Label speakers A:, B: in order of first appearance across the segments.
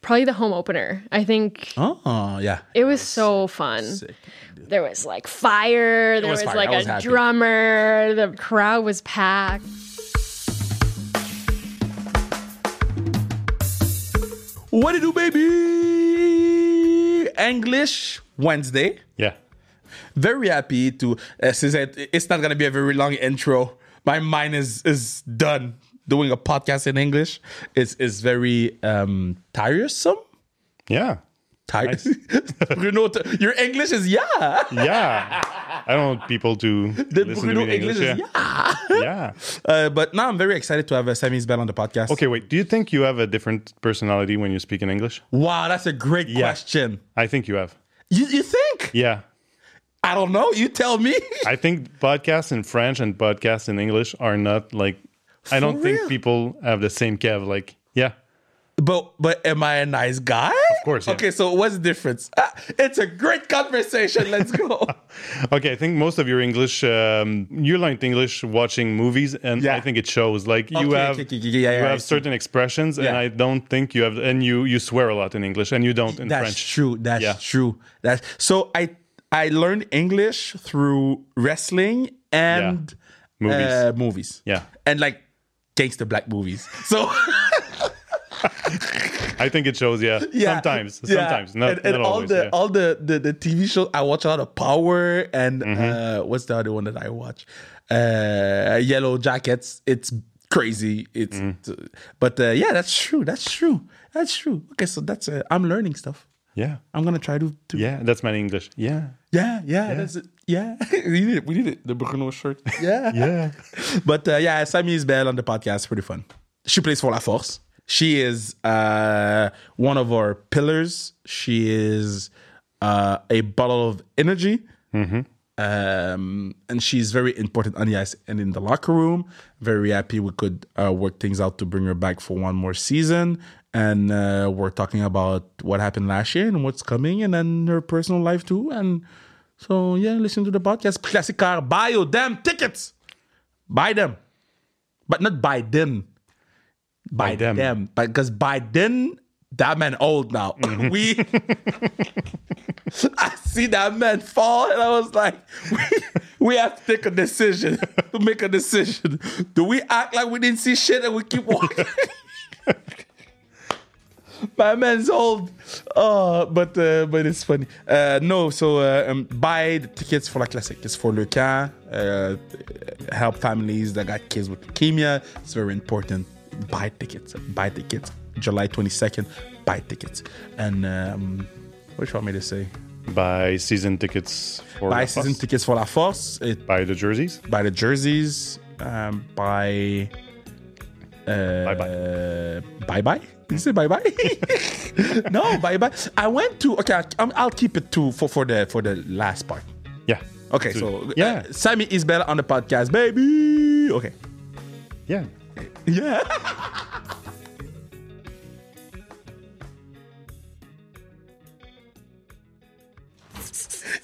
A: probably the home opener. I think
B: Oh yeah.
A: it was so fun.
B: Sick.
A: There was like fire. There
B: was
A: was,
B: fire.
A: like
B: I was
A: a
B: happy.
A: drummer. The crowd was packed.
B: What do you do, baby? English Wednesday.
C: Yeah.
B: Very happy to. Uh, since it, it's not gonna be a very long intro, my mind is is done doing a podcast in English. It's is very um tiresome.
C: Yeah.
B: Tired. Bruno, t- your English is yeah.
C: Yeah. I don't want people to
B: Did
C: listen
B: Bruno
C: to me in English.
B: English is yeah.
C: yeah.
B: Uh, but now I'm very excited to have uh, Sammy's bell on the podcast.
C: Okay, wait. Do you think you have a different personality when you speak in English?
B: Wow, that's a great question.
C: I think you have.
B: You, you think?
C: Yeah.
B: I don't know. You tell me.
C: I think podcasts in French and podcasts in English are not like I
B: real?
C: don't think people have the same cav like yeah.
B: but but am I a nice guy? Of
C: course, yeah.
B: Okay, so what's the difference? Ah, it's a great conversation. Let's go.
C: Okay, I think most of your English um, you learned English watching movies and
B: Yeah.
C: I think it shows like you
B: Okay,
C: have
B: okay, okay, okay, yeah,
C: you
B: yeah, I
C: have
B: see.
C: certain expressions and
B: Yeah.
C: I don't think you have and you you swear a lot in English and you don't in
B: That's
C: French.
B: true. That's
C: Yeah.
B: true. That's so I I learned English through wrestling and
C: Movies.
B: Uh, movies.
C: Yeah.
B: And like gangster black movies. So
C: I think it shows yeah.
B: Yeah.
C: Sometimes,
B: Yeah.
C: sometimes not,
B: and, and
C: not
B: all
C: always.
B: the
C: yeah.
B: all the, the the TV shows I watch a lot of Power and
C: Mm-hmm.
B: uh, what's the other one that I watch? Uh, Yellow Jackets. It's crazy. It's
C: Mm.
B: but uh, yeah, that's true. That's true. That's true. Okay, so that's uh, I'm learning stuff.
C: yeah.
B: I'm gonna try to. to
C: Yeah, that's my English. Yeah.
B: yeah, yeah, that's it. Yeah, we need it. We need it. The Bruno shirt. Yeah,
C: Yeah.
B: But uh, yeah, Sammy is bad on the podcast. Pretty fun. She plays for La Force. She is uh, one of our pillars. She is uh, a bottle of energy. Um, and she's very important on the ice and in the locker room. Very happy we could uh, work things out to bring her back for one more season. And uh, we're talking about what happened last year and what's coming, and then her personal life too. And so, yeah, listen to the podcast. Classicar, buy your damn tickets buy them, but not buy them. Buy them,
C: them.
B: but because by then that man old now. we, I see that man fall, and I was like, we, we have to take a decision to make a decision. Do we act like we didn't see shit and we keep walking? My man's old. Oh, but uh, but it's funny. Uh, no, so uh, um, buy the tickets for La Classique. It's for Le Camp. Uh, help families that got kids with leukemia. It's very important. Buy tickets. Buy tickets. July 22nd, buy tickets. And um, what do you want me to say?
C: Buy season tickets for
B: Buy
C: La
B: season
C: Fosse.
B: tickets for La Force. It,
C: Buy the jerseys.
B: buy the jerseys. Um, buy.
C: bye
B: Uh,
C: bye.
B: bye bye. Did you say bye bye? no, bye bye. I went to okay. I'll, I'll keep it to for for the for the last part.
C: Yeah.
B: Okay,
C: To-
B: so
C: yeah.
B: uh, Sammy is better on the podcast, baby. Okay,
C: Yeah.
B: yeah.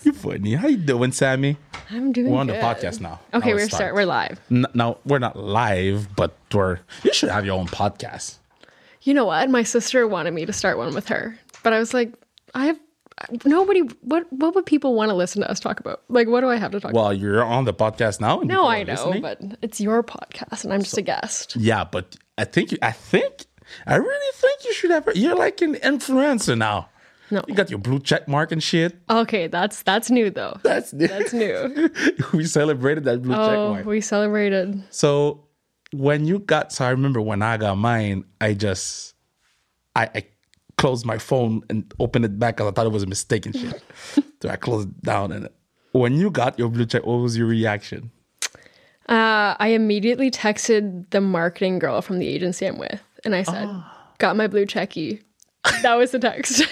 B: you funny. How you doing, Sammy?
A: I'm doing.
B: We're on the
A: good.
B: podcast now.
A: Okay,
B: Now
A: we're
B: it's time.
A: start. We're live.
B: N- now we're not live, but we're. You should have your own podcast.
A: You know what? My sister wanted me to start one with her, but I was like, I have nobody. What What would people want to listen to us talk about? Like, what do I have to talk? about?
B: Well, you're on the podcast now. and
A: No,
B: people
A: I
B: are
A: know,
B: listening.
A: but it's your podcast, and I'm just a guest.
B: Yeah, but I think you, I think I really think you should have. You're like an influencer now.
A: No.
B: you got your blue check mark and shit.
A: Okay, that's that's new though.
B: That's
A: That's new.
B: we celebrated that blue check
A: Oh,
B: mark.
A: we celebrated.
B: So when you got, so I remember when I got mine, I just I, I closed my phone and opened it back because I thought it was a mistake and shit. so I closed it down and. When you got your blue check, what was your reaction?
A: Uh, I immediately texted the marketing girl from the agency I'm with, and I said,
B: Ah.
A: "Got my blue checky." That was the text.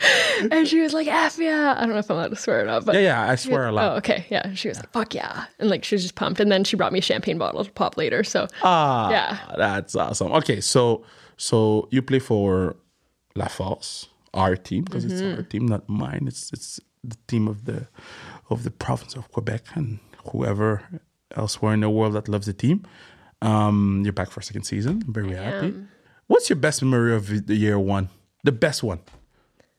A: and she was like, "F yeah!" I don't know if I'm allowed to swear or not, but
B: Yeah, yeah, I swear a
A: Oh,
B: lot.
A: okay. Yeah. She was like, fuck yeah. And like, she was just pumped. And then she brought me a champagne bottle to pop later. So,
B: Ah,
A: yeah.
B: That's awesome. Okay, so so you play for La Force, our team, because it's
A: Mm-hmm.
B: our team, not mine. It's it's the team of the of the province of Quebec and whoever elsewhere in the world that loves the team. Um, you're back for a second season. I'm very happy. What's your best memory of the year one? The best one.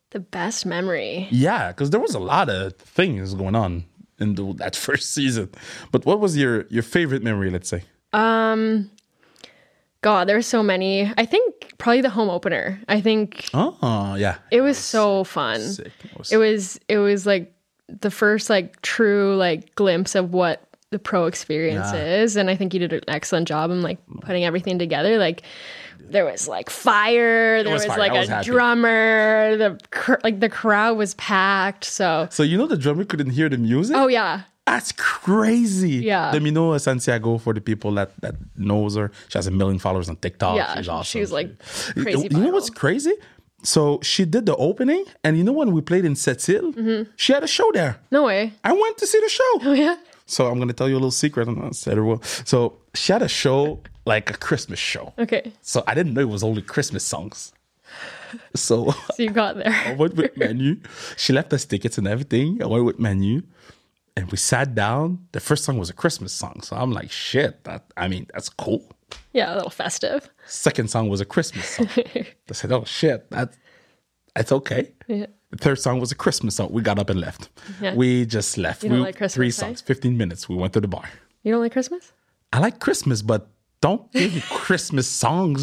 A: The best memory.
B: Yeah, because there was a lot of things going on in the, that first season. But what was your your favorite memory? Let's say.
A: God, there were so many. I think probably the home opener. I think
B: Oh yeah,
A: it was so fun.
B: sick. It was-
A: It was it was like the first like true like glimpse of what the pro experience is and I think you did an excellent job in like putting everything together like there was like fire there
B: was
A: was,
B: fire.
A: like
B: I was
A: a
B: happy.
A: drummer the cr- like the crowd was packed so
B: so you know the drummer couldn't hear the music.
A: oh yeah
B: That's crazy.
A: Yeah.
B: Domino Santiago for the people that that knows her. She has a million followers on TikTok.
A: Yeah,
B: Oh, she's
A: she
B: awesome.
A: was, like,
B: She-
A: crazy
B: You know what's
A: viral.
B: crazy? So she did the opening, and you know when we played in Sept-Îles, she had a show there.
A: Mm-hmm. no way
B: I went to see the show.
A: oh yeah
B: So I'm gonna tell you a little secret. I'm not said it will. So she had a show like a Christmas show.
A: okay
B: So I didn't know it was only Christmas songs. So
A: so you got
B: I
A: there
B: went with Manu. She left us tickets and everything. I went with Manu. And we sat down. The first song was a Christmas song. So I'm like, shit, that I mean, that's cool.
A: yeah a little festive
B: Second song was a Christmas song. I said, oh shit, that that's okay.
A: Yeah.
B: The third song was a Christmas song. We got up and left.
A: Yeah.
B: We just left.
A: You don't
B: we,
A: like Christmas,
B: three
A: eh?
B: songs, 15 minutes. We went to the bar.
A: you don't like Christmas
B: I like Christmas, but don't give me Christmas songs.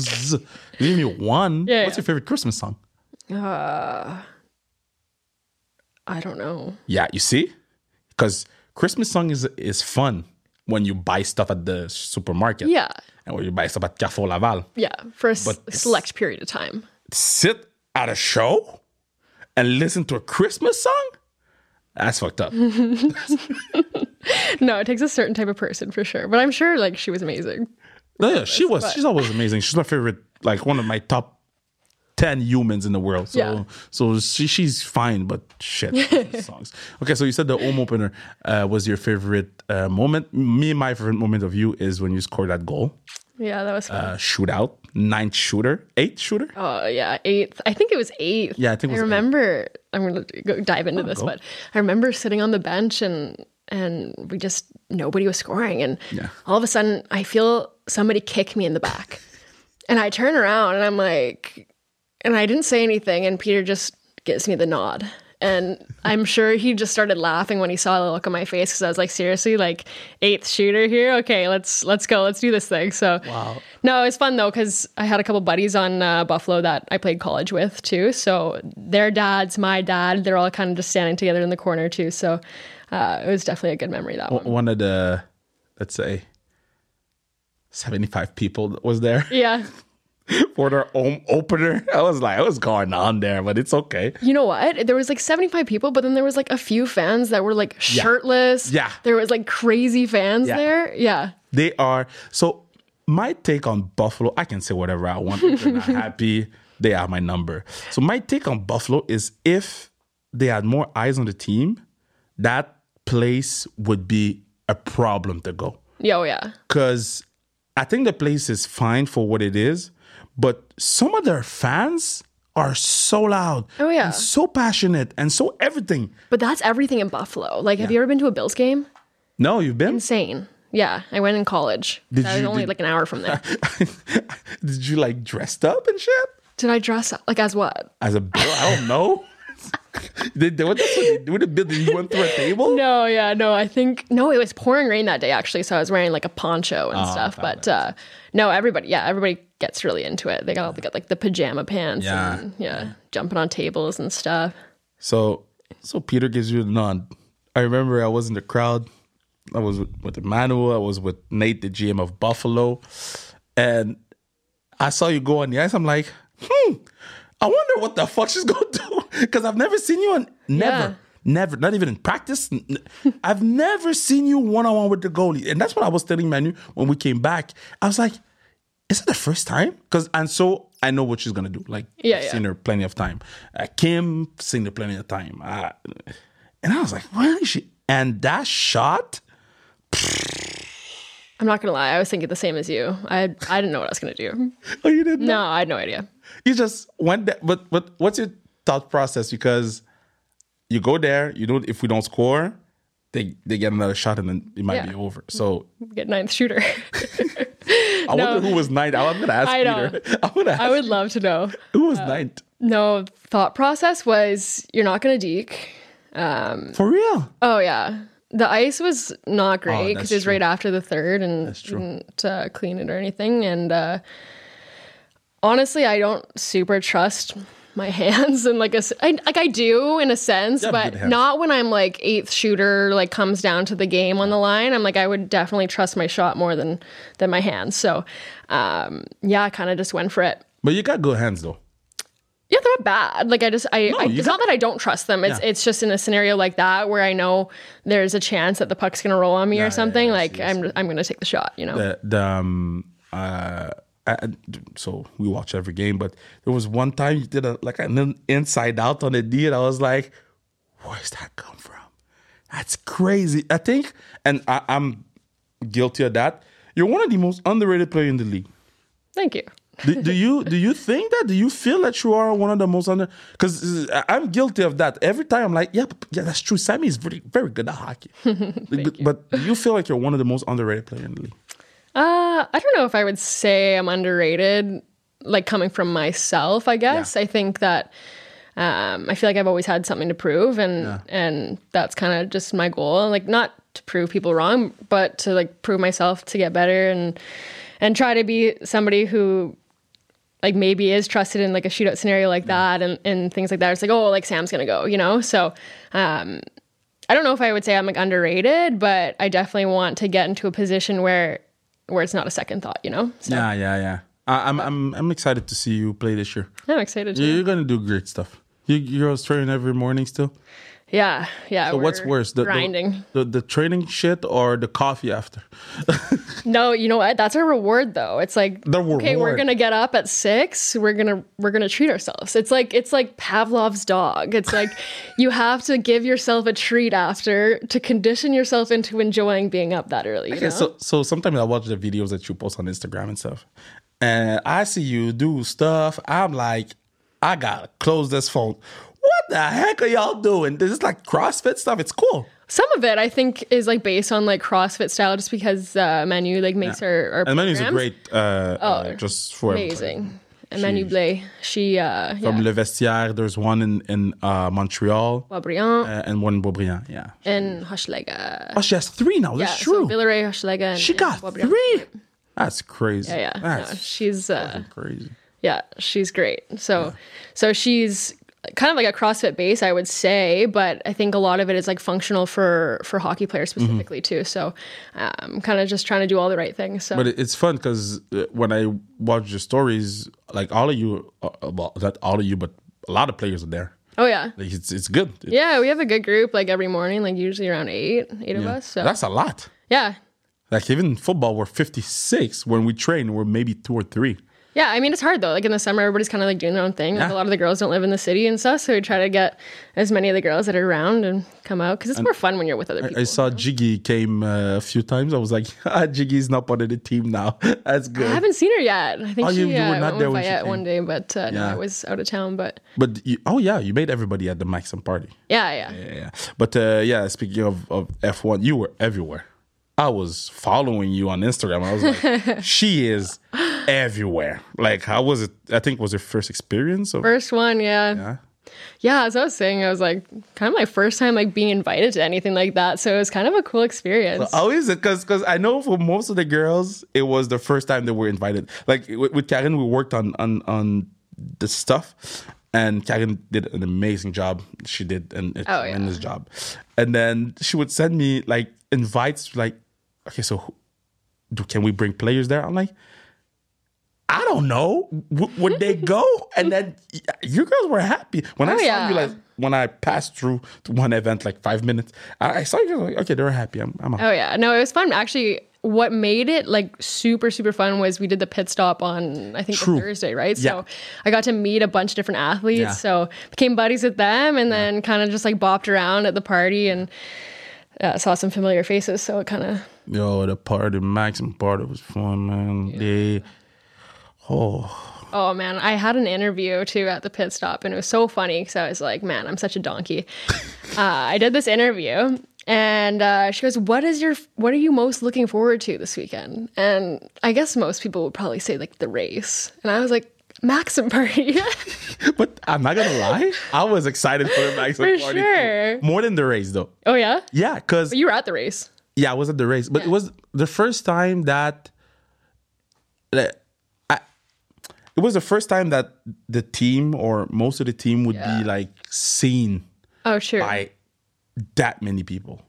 B: Give me one.
A: Yeah,
B: What's
A: yeah.
B: your favorite Christmas song?
A: I don't know
B: Yeah, you see? Because Christmas song is is fun when you buy stuff at the supermarket.
A: yeah
B: And when you buy stuff at Carrefour Laval.
A: yeah for a s-
B: But-
A: select period of time
B: Sit at a show and listen to a Christmas song? That's fucked up.
A: No, it takes a certain type of person for sure. But I'm sure like she was amazing.
B: No, yeah, she was. She's always amazing. She's my favorite, like one of my top ten humans in the world. So,
A: Yeah.
B: so she, she's fine, but shit, these songs. Okay, so you said the home opener uh, was your favorite uh, moment. Me, my favorite moment of you is when you scored that goal,
A: Yeah, that was fun.
B: uh, shootout, ninth shooter, eighth shooter.
A: oh yeah, eighth. I think it was eighth.
B: Yeah, I think it was Oh,
A: I remember I'm gonna go dive into this,
B: go.
A: but I remember sitting on the bench and and we just nobody was scoring and
B: Yeah.
A: all of a sudden I feel somebody kick me in the back. and I turn around and I'm like and I didn't say anything and Peter just gives me the nod. And I'm sure he just started laughing when he saw the look on my face because I was like, seriously, like eighth shooter here. Okay, let's let's go, let's do this thing. So wow. no, it was fun though because I had a couple buddies on uh, Buffalo that I played college with too. So their dads, my dad, they're all kind of just standing together in the corner too. So uh, it was definitely a good memory that one.
B: One of the, let's say, seventy-five people that was there.
A: Yeah,
B: for their home opener. I was like, what's going on there? But it's okay.
A: You know what? There was like 75 people, but then there was like a few fans that were like shirtless.
B: Yeah.
A: There was like crazy fans
B: Yeah.
A: there. Yeah.
B: They are so. My take on Buffalo, I can say whatever I want. If they're not happy, they are my number. So my take on Buffalo is if they had more eyes on the team, that place would be a problem to go.
A: Yeah, oh yeah.
B: because I think the place is fine for what it is, but some of their fans are so loud.
A: Oh, yeah.
B: and so passionate and so everything.
A: But that's everything in Buffalo. Like, have you ever been to a Bills game?
B: No, you've been.
A: Insane. Yeah. I went in college.
B: Did
A: I was
B: you-
A: only
B: did-
A: like an hour from there.
B: Did you like dressed up and shit
A: did I dress up? Like, as what?
B: as a bill? I don't know. Did they, what, that's what they do with the bill? Did you went through a table?
A: No, yeah, no. I think, no, it was pouring rain that day actually. So I was wearing like a poncho
B: Oh,
A: and stuff. But uh, no, everybody, yeah, everybody gets really into it. They got, all they got like the pajama pants
B: Yeah.
A: and yeah, jumping on tables and stuff.
B: So, so Peter gives you a nod. I remember I was in the crowd. I was with, with Emmanuel. I was with Nate, the GM of Buffalo, and I saw you go on the ice. I'm like, hmm. I wonder what the fuck she's gonna do because I've never seen you on never.
A: Yeah.
B: Never, not even in practice. N- n- I've never seen you one on one with the goalie, and that's what I was telling Manu when we came back. I was like, "Is it the first time?" Because and so I know what she's gonna do. Like,
A: Yeah,
B: I've
A: yeah.
B: seen her plenty of time. Uh, Kim seen her plenty of time. Uh, and I was like, "Why is she?" And that shot,
A: I'm not gonna lie, I was thinking the same as you. I I didn't know what I was gonna do.
B: oh, you didn't.
A: No, I had no idea.
B: you just went there. But but what's your thought process? Because you go there, you don't. If we don't score, they they get another shot, and then it might
A: Yeah.
B: be over. So
A: Get ninth shooter.
B: I
A: No.
B: wonder who was ninth. I'm gonna ask
A: I know.
B: Peter. I'm gonna ask
A: I uh, would love to know.
B: who was ninth.
A: No, thought process was you're not going to deke. Um,
B: For real.
A: oh, yeah. The ice was not great
B: Oh, that's
A: because it was
B: true.
A: right after the third and
B: true.
A: didn't uh, clean it or anything. And uh, honestly, I don't super trust my hands and like a s- I, like I do in a sense,
B: have good
A: but
B: hands.
A: not when I'm like eighth shooter like comes down to the game on the line. I'm like I would definitely trust my shot more than than my hands. So um, yeah, I kind of just went for it.
B: But you got good hands though.
A: Yeah, they're not bad. Like I just I, I
B: you
A: it's not that I don't trust them. It's
B: Yeah.
A: it's just in a scenario like that where I know there's a chance that the puck's gonna roll on me
B: Yeah,
A: or something.
B: yeah, I
A: like
B: see, I
A: I'm I'm gonna take the shot. You know.
B: the the um uh I, I- so we watch every game, but there was one time you did a like an in- inside out on the D, and I was like, "Where's that come from? That's crazy." I think, and I, I'm guilty of that. You're one of the most underrated players in the league.
A: Thank you.
B: do, do you do you think that? Do you feel that you are one of the most under? Because I'm guilty of that. Every time I'm like, yeah, but- yeah, that's true. Sammy is very very good at hockey, but, but do you feel like you're one of the most underrated players in the league?
A: Uh, I don't know if I would say I'm underrated. Like coming from myself, I guess I think that um, I feel like I've always had something to prove, and and that's kind of just my goal. Like not to prove people wrong, but to like prove myself to get better and and try to be somebody who like maybe is trusted in like a shootout scenario like that and, and things like that. It's like, oh, like Sam's gonna go, you know? So um I don't know if I would say I'm like underrated, but I definitely want to get into a position where where it's not a second thought, you know? So
B: Yeah, yeah, yeah. I, I'm, I'm, I'm excited to see you play this year.
A: I'm excited to
B: You're gonna do great stuff. You, you're Australian every morning still.
A: Yeah, yeah.
B: So what's
A: we're
B: worse,
A: grinding.
B: The, the training shit or the coffee after?
A: No, you know what? That's our reward though. It's like
B: The
A: okay, we're
B: reward.
A: gonna get up at six. We're gonna we're gonna treat ourselves. It's like it's like Pavlov's dog. It's like you have to give yourself a treat after to condition yourself into enjoying being up that early. You
B: Okay,
A: know?
B: so so sometimes I watch the videos that you post on Instagram and stuff, and I see you do stuff. I'm like, I gotta close this phone. What the heck are y'all doing? This is like CrossFit stuff. It's cool.
A: Some of it I think is like based on like CrossFit style, just because uh, Menu like makes her. our, our
B: And Manu's a
A: programs Oh,
B: great, uh, uh, just for everybody.
A: amazing. And Manu Blay, she uh,
B: From
A: yeah,
B: Le Vestiaire, there's one in in uh, Montreal
A: Boisbriand
B: uh, and one in Beaubriand. Yeah.
A: and Hochelaga.
B: Oh, she has three now.
A: Yeah,
B: That's
A: so
B: true.
A: Villeray, Hochelaga, and
B: she
A: and
B: got
A: Boisbriand.
B: three. That's crazy.
A: Yeah, yeah. No,
B: That's
A: she's uh,
B: crazy.
A: Yeah, she's great. So, so she's kind of like a CrossFit base, I would say, but I think a lot of it is like functional for for hockey players
B: Mm-hmm.
A: specifically too. So, um, kind of just trying to do all the right things. So,
B: But it- it's fun because when I watch the stories, like all of you, uh, well, not all of you, but a lot of players are there.
A: oh yeah,
B: Like it's it's good. It-
A: yeah, we have a good group like every morning, like usually around eight, eight of us. So
B: That's a lot.
A: yeah,
B: Like even in football, we're 56. When we train, we're maybe two or three.
A: Yeah, I mean it's hard though. Like in the summer, everybody's kind of like doing their own thing. Like
B: Yeah.
A: a lot of the girls don't live in the city and stuff, so we try to get as many of the girls that are around and come out because it's more fun when you're with other people.
B: I saw Jiggy came uh, a few times. I was like, ah, Jiggy's not part of the team now. That's good.
A: I haven't seen her yet. I think
B: Oh,
A: she
B: you- you were
A: uh,
B: not
A: went
B: there
A: with
B: when she
A: Viette
B: came.
A: one day, but uh, no,
B: Yeah.
A: I was out of town. But
B: But you, oh yeah, you made everybody at the Maxim party.
A: yeah, yeah,
B: Yeah, yeah. But uh, yeah, speaking of, of F1, you were everywhere. I was following you on Instagram. I was like, she is everywhere. Like, how was it? I think was your first experience. Of,
A: first one, yeah. yeah,
B: yeah.
A: As I was saying, I was like kind of my first time like being invited to anything like that, so it was kind of a cool experience.
B: How is it? Because because I know for most of the girls, it was the first time they were invited. Like with, with Karen, we worked on on on the stuff, and Karen did an amazing job. She did an a
A: Oh, yeah.
B: tremendous job, and then she would send me like invites. Like, okay, so who- do, can we bring players there? I'm like. I don't know. W- would they go? And then y- you girls were happy when I
A: Oh,
B: saw
A: yeah.
B: you. Like when I passed through to one event, like five minutes, I, I saw you. Like, okay, they're happy. I'm, I'm out.
A: Oh yeah, no, it was fun. Actually, what made it like super super fun was we did the pit stop on I think the
B: True.
A: Thursday, right?
B: Yeah.
A: So I got to meet a bunch of different athletes,
B: Yeah.
A: so became buddies with them, and then kind of just like bopped around at the party and uh, saw some familiar faces. So it kind of
B: Yo, the party, Maxim party was fun, man. They, oh,
A: Oh man, I had an interview too at the pit stop, and it was so funny because I was like, "Man, I'm such a donkey." uh, I did this interview, and uh, she goes, "What is your What are you most looking forward to this weekend?" And I guess most people would probably say like the race, and I was like, "Maxim party."
B: But I'm not gonna lie, I was excited for the Maxim
A: For
B: party. too.
A: sure.
B: More than the race though.
A: oh yeah,
B: Yeah, because
A: you were at the race.
B: yeah, I was at the race, but it was the first time that, that I, it was the first time that the team or most of the team would
A: Yeah.
B: be like seen
A: Oh sure.
B: by that many people.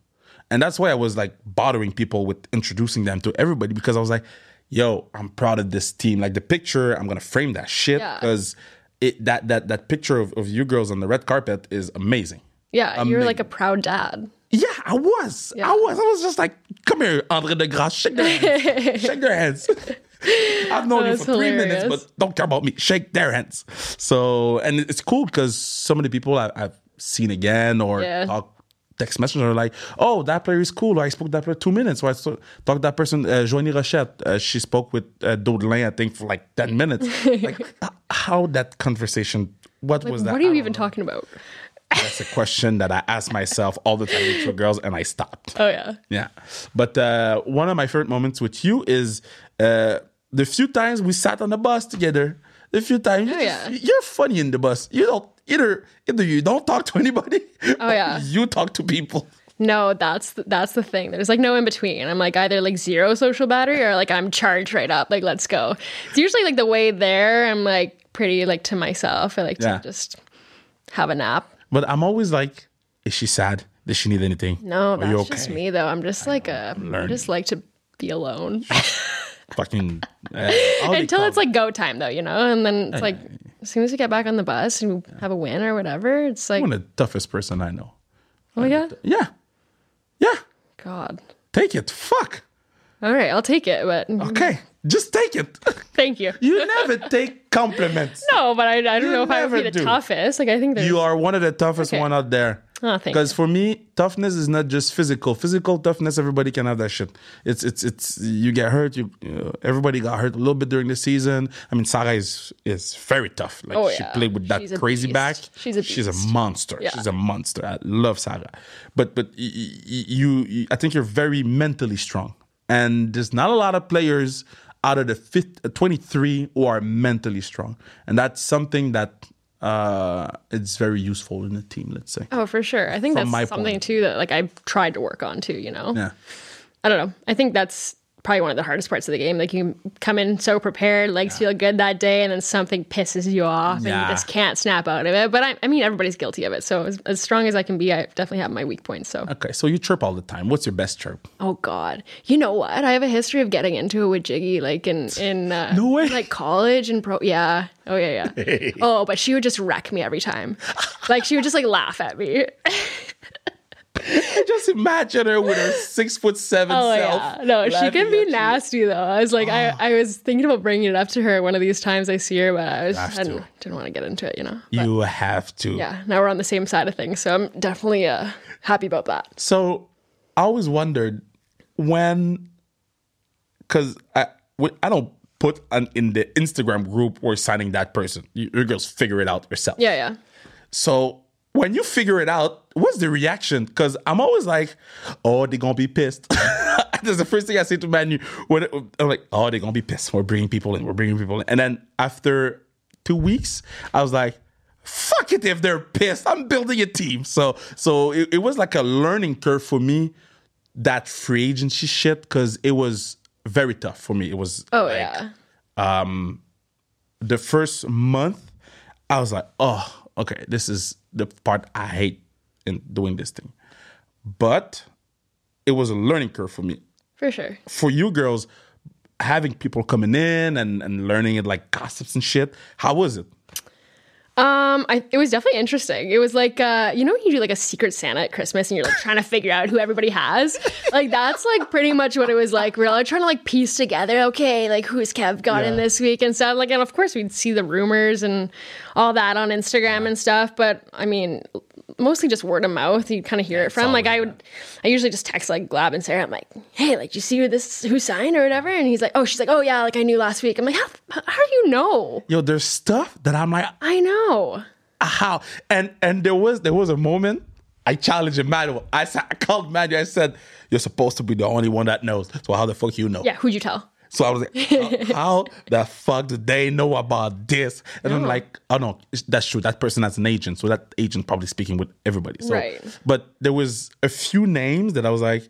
B: And that's why I was like bothering people with introducing them to everybody because I was like, yo, I'm proud of this team. Like the picture, I'm gonna frame that shit
A: Yeah.
B: because it that that that picture of, of you girls on the red carpet is amazing.
A: Yeah, you're like a proud dad.
B: Yeah, I was.
A: Yeah.
B: I was. I was just like, come here, Andre de Grasse, shake their hands. shake their hands. I've known you
A: That's
B: for three minutes,
A: hilarious.
B: but don't care about me. Shake their hands. So, and it's cool because some of the people I, I've seen again or
A: Yeah.
B: talk, text messages are like, oh, that player is cool. Or I spoke to that player two minutes. Or I so- talked to that person, uh, Joanie Rochette. Uh, she spoke with uh, Daudelin, I think, for like 10 minutes. like, h- how that conversation, what was that?
A: What are you
B: I
A: even
B: don't know.
A: talking about?
B: That's a question that I ask myself all the time with two girls, and I stopped.
A: Oh yeah.
B: Yeah. But uh, one of my favorite moments with you is uh, the few times we sat on the bus together. The few times you
A: Oh, yeah.
B: are funny in the bus. You don't either either you don't talk to anybody. Oh
A: yeah.
B: You talk to people.
A: No, that's th- that's the thing. There's like no in between. I'm like either like zero social battery or like I'm charged right up. Like let's go. It's usually like the way there. I'm like pretty like to myself. I like
B: Yeah.
A: to just have a nap.
B: But I'm always like, is she sad? Does she need anything?
A: No,
B: Are you
A: that's just
B: okay?
A: me though. I'm just like a. I
B: learning.
A: just like to be alone
B: Fucking uh,
A: until it's like go time though, you know. And then it's like as soon as we get back on the bus and we have a win or whatever, it's like
B: one of the toughest person I know.
A: oh yeah,
B: Yeah. Yeah.
A: God.
B: Take it. Fuck.
A: All right, I'll take it. But
B: Okay. Just take it.
A: thank you.
B: You never take compliments.
A: No, but I, I don't
B: You
A: know if I would be
B: never
A: the
B: do.
A: toughest. Like I think there's
B: You are one of the toughest
A: Okay.
B: one out there.
A: Oh, thank
B: Because for me, toughness is not just physical. Physical toughness, everybody can have that shit. It's it's it's you get hurt. You uh, everybody got hurt a little bit during the season. I mean, Sarah is is very tough. Like
A: Oh,
B: she
A: yeah.
B: played with that
A: She's a
B: crazy
A: beast.
B: back.
A: She's a
B: she's
A: beast.
B: a monster.
A: Yeah.
B: She's a monster. I love Sarah, but but y- y- y- you, you I think you're very mentally strong, and there's not a lot of players out of the fifth, uh, 23 who are mentally strong, and that's something that uh, it's very useful in a team. Let's say.
A: Oh, for sure. I think
B: From
A: that's
B: my
A: something
B: point.
A: too that like I tried to work on too, you know.
B: Yeah.
A: I don't know. I think that's probably one of the hardest parts of the game. Like you come in so prepared, legs feel good that day, and then something pisses you off, and
B: Yeah.
A: you just can't snap out of it. But I, I mean, everybody's guilty of it. So as, as strong as I can be, I definitely have my weak points. So
B: Okay, so you chirp all the time. What's your best chirp?
A: oh god, you know what? I have a history of getting into it with Jiggy, like in in uh,
B: No way.
A: like college and pro. Yeah. Oh yeah yeah. oh, but she would just wreck me every time. Like she would just like laugh at me.
B: I just imagine her with her six foot seven
A: Oh
B: self.
A: yeah, no, she
B: laughing
A: can be
B: at you. Ah.
A: nasty though. I was like, I, I was thinking about bringing it up to her one of these times I see her, but I was
B: Have
A: I didn't,
B: to.
A: didn't want to get into it, you know.
B: You have to.
A: Yeah, now we're on the same side of things, so I'm definitely uh, happy about that.
B: So I always wondered when, because I w- I don't put an, in the Instagram group or signing that person. You, you girls figure it out yourself.
A: Yeah, yeah.
B: So when you figure it out, what's the reaction? Because I'm always like, oh, they're gonna be pissed. That's the first thing I say to Manu. When I'm like, oh, they're gonna be pissed. We're bringing people in. We're bringing people in. And then after two weeks, I was like. Fuck it if they're pissed. I'm building a team. So so it, it was like a learning curve for me that free agency shit because it was very tough for me. It was
A: Oh
B: like,
A: yeah.
B: the first month, I was like, oh, okay, this is the part I hate in doing this thing. But it was a learning curve for me.
A: For sure.
B: For you girls, having people coming in and, and learning it like gossips and shit, how was it?
A: Um, I, it was definitely interesting. It was like, uh, you know, when you do like a secret Santa at Christmas and you're like trying to figure out who everybody has. Like that's like pretty much what it was like. We We're all trying to like piece together, okay, like who's Kev got in
B: Yeah.
A: this week and stuff. Like, and of course we'd see the rumors and all that on Instagram and stuff. But I mean, mostly just word of mouth. You kind of hear it from. Like I would, I usually just text like Glab and Sarah. I'm like, hey, like, do you see who this who signed or whatever? And he's like, oh, she's like, oh yeah, like I knew last week. I'm like, how, how do you know?
B: Yo, there's stuff that I'm like,
A: I know.
B: how? And and there was there was a moment I challenged Emmanuel. I said, I called Emmanuel. I said, "You're supposed to be the only one that knows. So how the fuck you know?"
A: Yeah, who'd you tell?
B: So I was like, how, how the fuck did they know about this? And I'm like, oh no, it's- that's true. That person has an agent. So that agent probably speaking with everybody. So,
A: Right.
B: But there was a few names that I was like,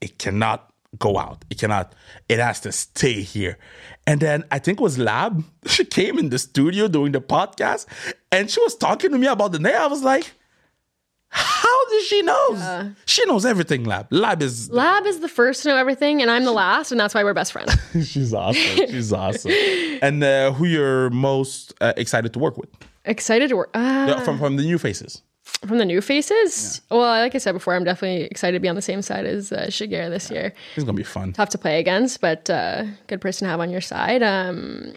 B: it cannot go out. It cannot, it has to stay here. And then I think it was Lab. She came in the studio doing the podcast and she was talking to me about the name. I was like, how does she know? She knows everything, Lab. Lab is
A: Lab is the first to know everything, and I'm the last, and that's why we're best friends.
B: She's awesome. She's awesome. And uh, who you're most uh, excited to work with
A: excited to work uh,
B: Yeah, from from the new faces?
A: from the new faces. Well, like I said before, I'm definitely excited to be on the same side as uh, Shigeru this year.
B: It's gonna be fun.
A: Tough to play against, but uh, good person to have on your side. Um,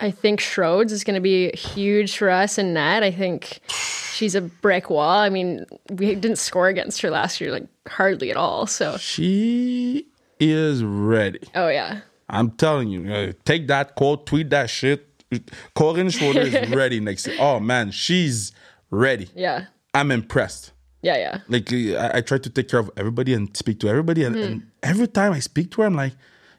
A: I think Schrodes is going to be huge for us in net. I think she's a brick wall. I mean, we didn't score against her last year, like hardly at all. So,
B: She is ready.
A: oh yeah,
B: I'm telling you. uh, take that quote, tweet that shit. Corinne Schroeder is ready next year. Oh man, she's ready.
A: yeah,
B: I'm impressed.
A: yeah, yeah.
B: Like uh, I, I try to take care of everybody and speak to everybody, and, and
A: Hmm.
B: every time I speak to her, I'm like,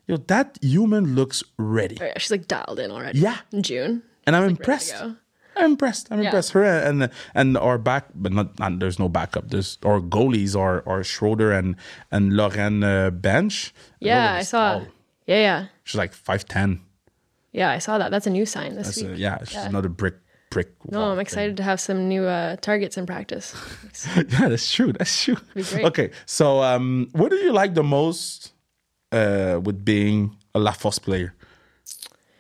B: yo, that human looks ready.
A: Oh, yeah. She's like dialed in already.
B: Yeah.
A: in June.
B: and I'm impressed.
A: go.
B: I'm impressed. I'm impressed. Her and and our back, but not, not there's no backup. There's our goalies are are Schroeder and and Lauren uh, Bench.
A: Yeah, I saw.
B: Oh.
A: it. Yeah, yeah,
B: She's like five ten.
A: yeah. I saw that. That's a new sign this
B: So
A: week.
B: yeah, she's another brick brick.
A: No, I'm excited to have some new uh, targets in practice.
B: yeah, that's true. That's true.
A: great.
B: Okay, so um, what do you like the most uh with being a La Force player?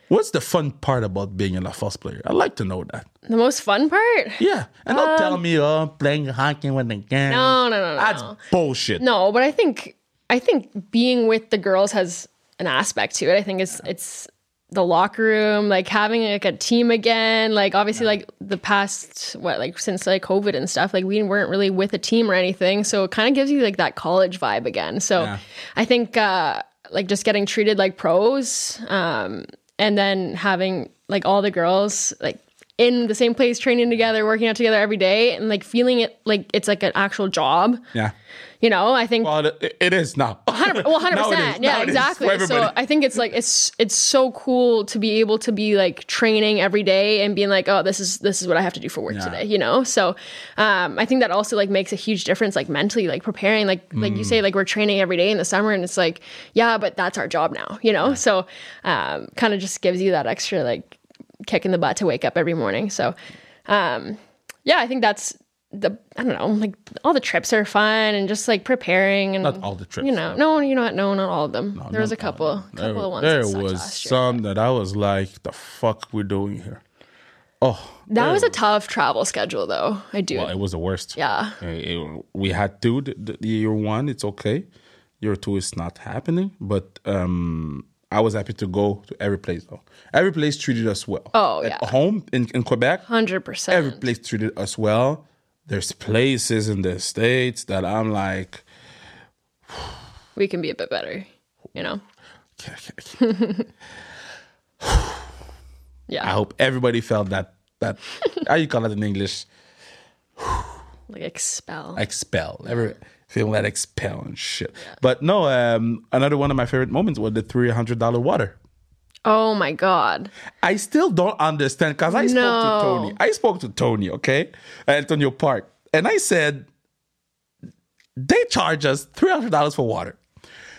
B: What's the fun part about being a La Force player? I'd like to know that.
A: the most fun part?
B: Yeah, and don't tell me oh, I'm playing hockey with the gang.
A: Um, No, no, no, no.
B: That's bullshit.
A: No, but I think I think being with the girls has an aspect to it. I think it's it's the locker room, like having like a team again. Like obviously, like the past what like since like COVID and stuff, like we weren't really with a team or anything. So it kind of gives you like that college vibe again. So I think uh like just getting treated like pros, um, and then having like all the girls like in the same place training together working out together every day and like feeling it like it's like an actual job
B: Yeah.
A: you know i think
B: Well, it- it is now.
A: well, hundred
B: Now it is.
A: percent.
B: Now
A: Yeah,
B: it is for
A: exactly. So um,
B: everybody.
A: I think it's like it's it's so cool to be able to be like training every day and being like, oh, this is this is what I have to do for work today. You know, so um, I think that also like makes a huge difference, like mentally, like preparing, like like
B: Mm.
A: you say, like we're training every day in the summer, and it's like, yeah, but that's our job now. You know, so um, kind of just gives you that extra like kick in the butt to wake up every morning. So um, yeah, I think that's. The I don't know, like all the trips are fun and just like preparing and
B: Not all the trips.
A: you know, no, you're not. No, not all of them. there was a
B: not all of
A: couple, couple of ones.
B: there
A: that sucked
B: was
A: last year.
B: some that I was like, "The fuck we doing here?" Oh,
A: That was a tough travel schedule, though. I do.
B: well, it was the worst.
A: yeah,
B: Uh, it- we had two. The, the year one, it's okay. Year two is not happening, but um, I was happy to go to every place though. Every place treated us well.
A: Oh,
B: At
A: yeah.
B: home in, in Quebec,
A: hundred
B: every
A: percent.
B: place treated us well. There's places in the states that I'm like,
A: We can be a bit better. You know.
B: Okay, okay, okay. I
A: Yeah,
B: hope everybody felt that that how you call it in English?
A: like expel.
B: Expel. Every feeling that expel and shit. But no, um, another one of my favorite moments was the three hundred dollar water.
A: oh my god.
B: I still don't understand because I spoke
A: No.
B: to Tony. I spoke to Tony, okay? Antonio Park. And I said, they charge us $300 for water.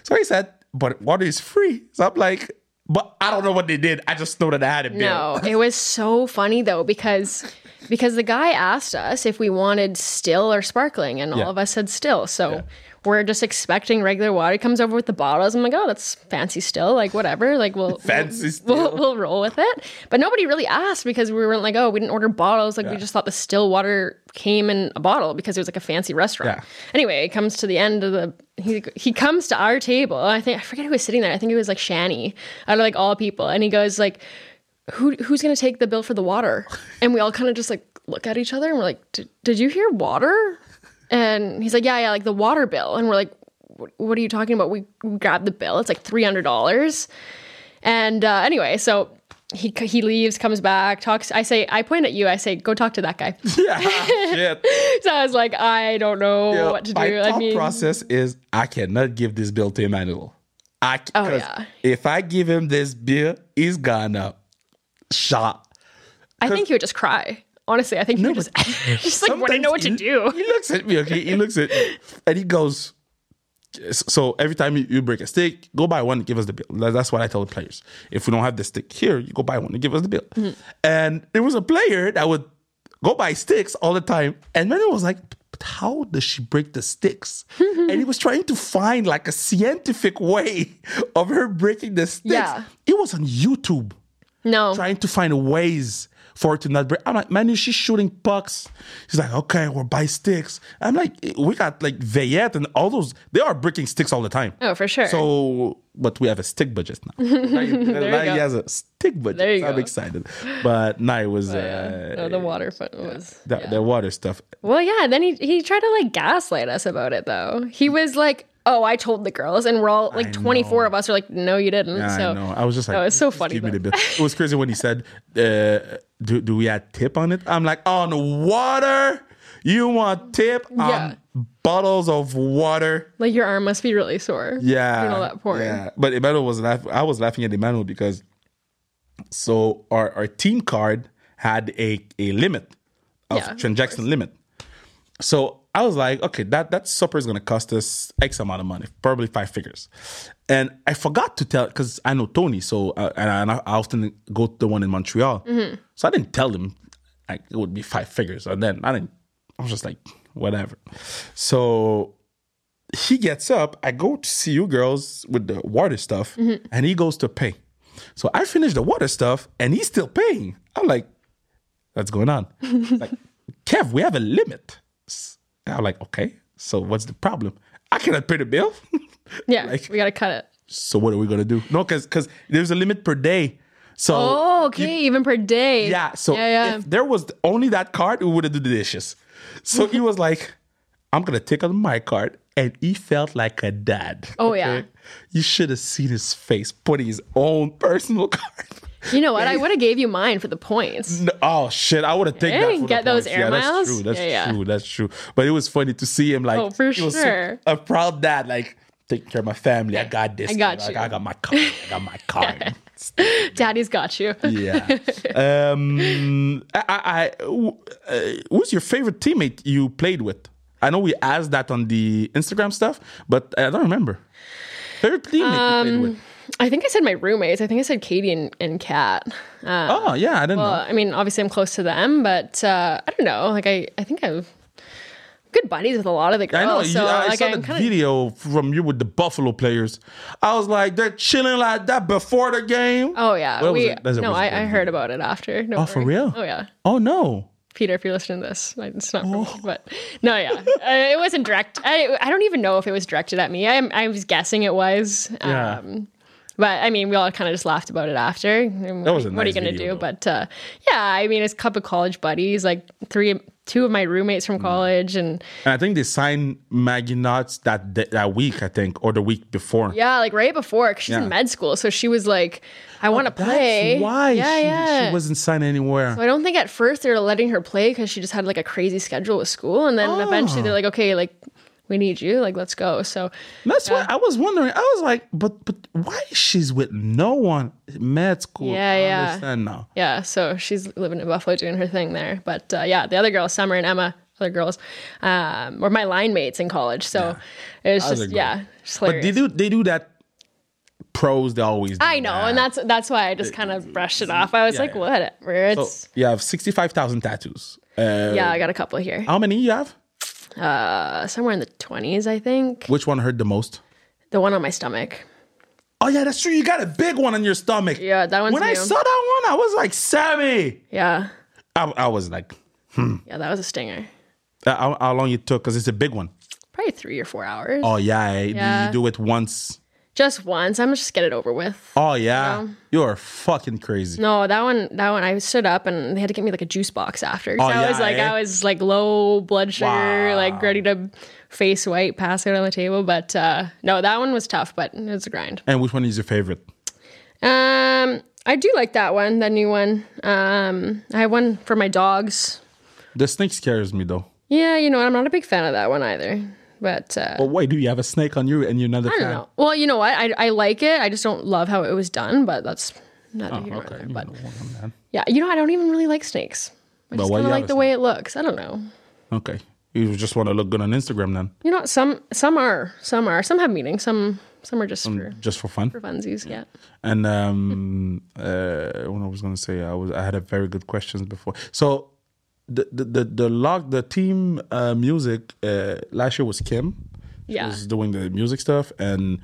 B: So he said, but water is free. So I'm like, but I don't know what they did. I just know that I had a bill.
A: No, it was so funny though because because the guy asked us if we wanted still or sparkling, and all
B: Yeah.
A: of us said still. So we're just expecting regular water. He comes over with the bottles. I'm like, oh, that's fancy still. Like whatever. Like we'll
B: Fancy
A: we'll,
B: still.
A: We'll, we'll roll with it. But nobody really asked because we weren't like, oh, we didn't order bottles. Like we just thought the still water came in a bottle because it was like a fancy restaurant.
B: Yeah.
A: Anyway, it comes to the end of the he he comes to our table. I think I forget who was sitting there. I think it was like Shani out of like all people, and he goes like who who's gonna take the bill for the water? And we all kind of just like look at each other and we're like, "Did- did you hear water? And he's like, yeah, yeah, like the water bill. And we're like, "Wh- what are you talking about? We we grabbed the bill. It's like three hundred dollars. And uh, anyway, so he c- he leaves, comes back, talks. I say, I point at you. I say, go talk to that guy.
B: Yeah, shit.
A: so I was like, I don't know
B: Yeah,
A: what to
B: my
A: do.
B: thought
A: I mean,
B: process is I cannot give this bill to Emmanuel. I c-
A: Oh,
B: 'cause
A: yeah.
B: if I give him this bill, he's gonna shot.
A: I think he would just cry. Honestly, I think he would just, just like wouldn't know what to
B: Sometimes
A: do.
B: He, he looks at me, okay? He looks at me and he goes, So every time you, you break a stick, go buy one and give us the bill. That- That's what I tell the players. If we don't have the stick here, you go buy one and give us the bill.
A: Mm-hmm.
B: And there was a player that would go buy sticks all the time. And then it was like, but how does she break the sticks? and he was trying to find like a scientific way of her breaking the sticks.
A: Yeah.
B: It was on YouTube
A: No,
B: trying to find ways for it to not break. I'm like, man, she's shooting pucks. She's like, okay, we're by sticks. I'm like, we got like Veillette and all those. They are breaking sticks all the time.
A: Oh, for sure.
B: So, but we have a stick budget now. now you- now
A: go.
B: he has a stick budget.
A: There you
B: I'm
A: go.
B: excited. But no, it was uh,
A: no, the water fountain was.
B: the, the water stuff.
A: Well, yeah. Then he he tried to like gaslight us about it though. He
B: Hmm.
A: was like, "Oh, I told the girls," and we're all like twenty four of us are like, "No, you didn't." Mm-hmm. so
B: I know. I was just like,
A: No, it's so
B: just
A: funny,
B: Give me
A: though.
B: the bill. It was crazy when he said, uh, do, do we add tip on it? I'm like, on water? You want tip
A: Yeah.
B: on bottles of water?
A: like your arm must be really sore.
B: Yeah.
A: you know that pouring.
B: Yeah. But Emmanuel was laughing. I was laughing at Emmanuel because so our, our team card had a, a limit of
A: Yeah, of
B: transaction limit. So I was like, okay, that, that supper is gonna cost us X amount of money, probably five figures. And I forgot to tell because I know Tony, so uh, and, I, and I often go to the one in Montreal.
A: Mm-hmm.
B: So I didn't tell him like it would be five figures, and then I didn't. I was just like, whatever. So he gets up. I go to see you girls with the water stuff, and he goes to pay. So I finish the water stuff, and he's still paying. I'm like, that's going on? like, Kev, we have a limit. S- And I'm like, okay, so what's the problem? I cannot pay the bill.
A: Yeah,
B: Like-
A: we gotta cut it.
B: so what are we gonna do? No, because because there's a limit per day. So
A: Oh, okay, even per day.
B: yeah. So
A: yeah, yeah.
B: if there was only that card, we would have done the dishes. So he was like, I'm gonna take on my card. And he felt like a dad.
A: Oh, yeah.
B: You should have seen his face putting his own personal card.
A: you know what? I would have gave you mine for the points.
B: No- oh shit! I would have taken
A: Hey,
B: that. for the
A: get those
B: points.
A: air
B: yeah,
A: miles.
B: That's true. That's
A: Yeah, yeah.
B: true. That's true. But it was funny to see him like.
A: Oh, for
B: he was so-
A: sure.
B: a proud dad, like taking care of my family. I got this.
A: I got
B: Like,
A: you.
B: I got my car. I got my car.
A: Daddy's got you.
B: yeah. Um. I. I- I- w- uh, who's your favorite teammate you played with? I know we asked that on the Instagram stuff, but I don't remember. Favorite teammate you
A: Um,
B: played with?
A: I think I said my roommates. I think I said Katie and, and Kat. Uh,
B: Oh yeah, I didn't know.
A: well, I mean, obviously I'm close to them, but uh, I don't know. Like I, I think I'm good buddies with a lot of the girls.
B: I know. you-
A: oh, so
B: I
A: like
B: saw
A: I'm
B: the
A: kinda-
B: video from you with the Buffalo players. I was like, they're chilling like that before the game.
A: Oh yeah,
B: Well, it was
A: we,
B: a- that's a-
A: no,
B: was a good
A: I, I
B: video.
A: heard about it after.
B: Oh, for real?
A: Oh yeah,
B: Oh no.
A: Peter, if you're listening to this, like, it's not, for
B: Oh.
A: me, but no, yeah, uh, it wasn't direct. I, I don't even know if it was directed at me. I, I was guessing it was. Um,
B: Yeah.
A: But I mean, we all kind of just laughed about it after. And
B: That was a
A: what are you
B: nice
A: gonna
B: video,
A: do?
B: though.
A: But uh, yeah, I mean, it's a couple college buddies, like three, two of my roommates
B: Mm.
A: from college, and
B: And I think they signed Maggie Knots that that that week, I think, or the week before.
A: yeah, like right before, 'cause she's
B: Yeah. Oh,
A: in med school, so she was like, "I want to
B: That's
A: play."
B: why
A: Yeah,
B: she,
A: yeah.
B: she wasn't signed anywhere.
A: I don't think at first they were letting her play because she just had like a crazy schedule with school, and then eventually
B: Oh.
A: they're like, okay, like we need you, like let's go. So
B: That's why I was wondering. I was like, but but why she's with no one? Med school.
A: Yeah,
B: I
A: yeah.
B: understand now.
A: yeah, so she's living in Buffalo doing her thing there. But uh, yeah, the other girls, Summer and Emma, other girls, um, were my line mates in college. So it was
B: Other
A: just
B: girls.
A: yeah, just
B: But they
A: hilarious.
B: do they do that. Pros they always. Do
A: I know,
B: that.
A: and that's that's why I just kind of brushed it off. I was
B: yeah,
A: like,
B: yeah.
A: whatever. It's
B: So you have sixty five thousand tattoos. Uh,
A: yeah, I got a couple here,
B: How many you have?
A: uh, somewhere in the twenties, I think.
B: Which one hurt the most?
A: The one on my stomach.
B: Oh yeah, that's true. You got a big one on your stomach.
A: Yeah, that one's
B: When I
A: new.
B: saw that one, I was like, Sammy.
A: Yeah,
B: I, I was like,
A: yeah, that was a stinger.
B: uh, how, how long it took? Because it's a big one.
A: Probably three or four hours.
B: Oh yeah, eh? You-
A: Yeah.
B: you do it once.
A: just once. I'm just get it over with.
B: Oh yeah, you are fucking crazy.
A: No, that one, that one. I stood up and they had to get me like a juice box after. 'Cause
B: Oh,
A: I
B: yeah,
A: was like,
B: eh?
A: I was like low blood sugar,
B: Wow.
A: like ready to face white, pass out on the table. But uh, no, that one was tough, but it's a grind.
B: And which one is your favorite?
A: Um, I do like that one, the new one. Um, I have one for my dogs.
B: The snake scares me though.
A: Yeah, you know, I'm not a big fan of that one either. But uh,
B: But why do you have a snake on you and you're not a
A: I
B: fan?
A: don't know. Well, you know what? I, I like it. I just don't love how it was done, but that's not oh,
B: Okay,
A: okay.
B: you
A: But
B: know what I'm at.
A: yeah, you know, I don't even really like snakes. I just
B: why
A: kind of
B: you have
A: like
B: a
A: the way it looks. I don't know.
B: Okay. You just want to look good on Instagram then,
A: You know, what? some some are, some are, some have meaning, some some are just for,
B: just for fun.
A: for funsies. Yeah.
B: And um, uh, what I was gonna say, I was I had a very good questions before. So the the the, the log the team uh, music uh, last year was Kim. She
A: Yeah.
B: was doing the music stuff, and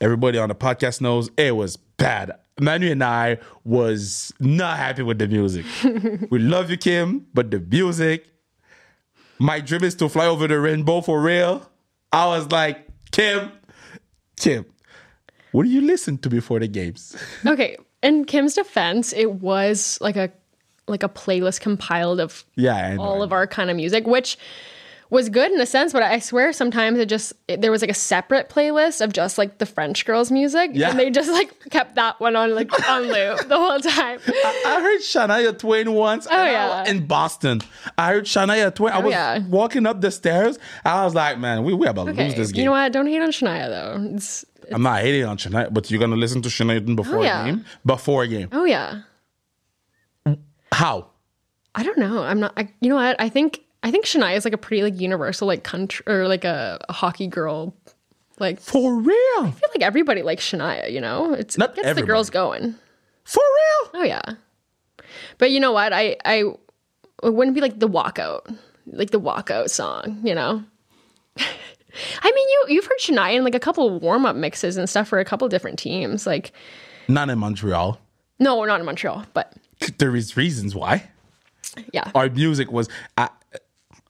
B: everybody on the podcast knows it was bad. Manu and I was not happy with the music. we love you, Kim, but the music. My dream is to fly over the rainbow for real. I was like, Kim, Kim, what do you listen to before the games?
A: Okay. In Kim's defense, it was like a like a playlist compiled of
B: Yeah, I know.
A: all of our kind of music, which was good in a sense, but I swear sometimes it just it, there was like a separate playlist of just like the French girls' music,
B: Yeah.
A: and they just like kept that one on like on loop the whole time.
B: I heard Shania Twain once and I-
A: Oh, yeah. Oh,
B: in Boston. I heard Shania Twain. I was
A: yeah.
B: walking up the stairs. I was like, man, we, we about to lose
A: Okay,
B: this game.
A: you know what? Don't hate on Shania though. It's,
B: I'm not hating on Shania, but you're going to listen to Shania Twain before
A: Oh, yeah.
B: a game? Before a game.
A: oh yeah,
B: How?
A: I don't know. I'm not. I, you know what? I think I think Shania is like a pretty like universal like country or like a, a hockey girl. Like I
B: For real?
A: feel like everybody likes Shania. You know, it's
B: Not
A: it gets the girls going.
B: For real?
A: Oh yeah. But you know what? I I it wouldn't be like the walkout, like the walkout song. You know. I mean, you you've heard Shania in like a couple of warm up mixes and stuff for a couple different teams. Like,
B: Not in Montreal.
A: no, we're not in Montreal, but
B: There is reasons why.
A: yeah,
B: Our music was. I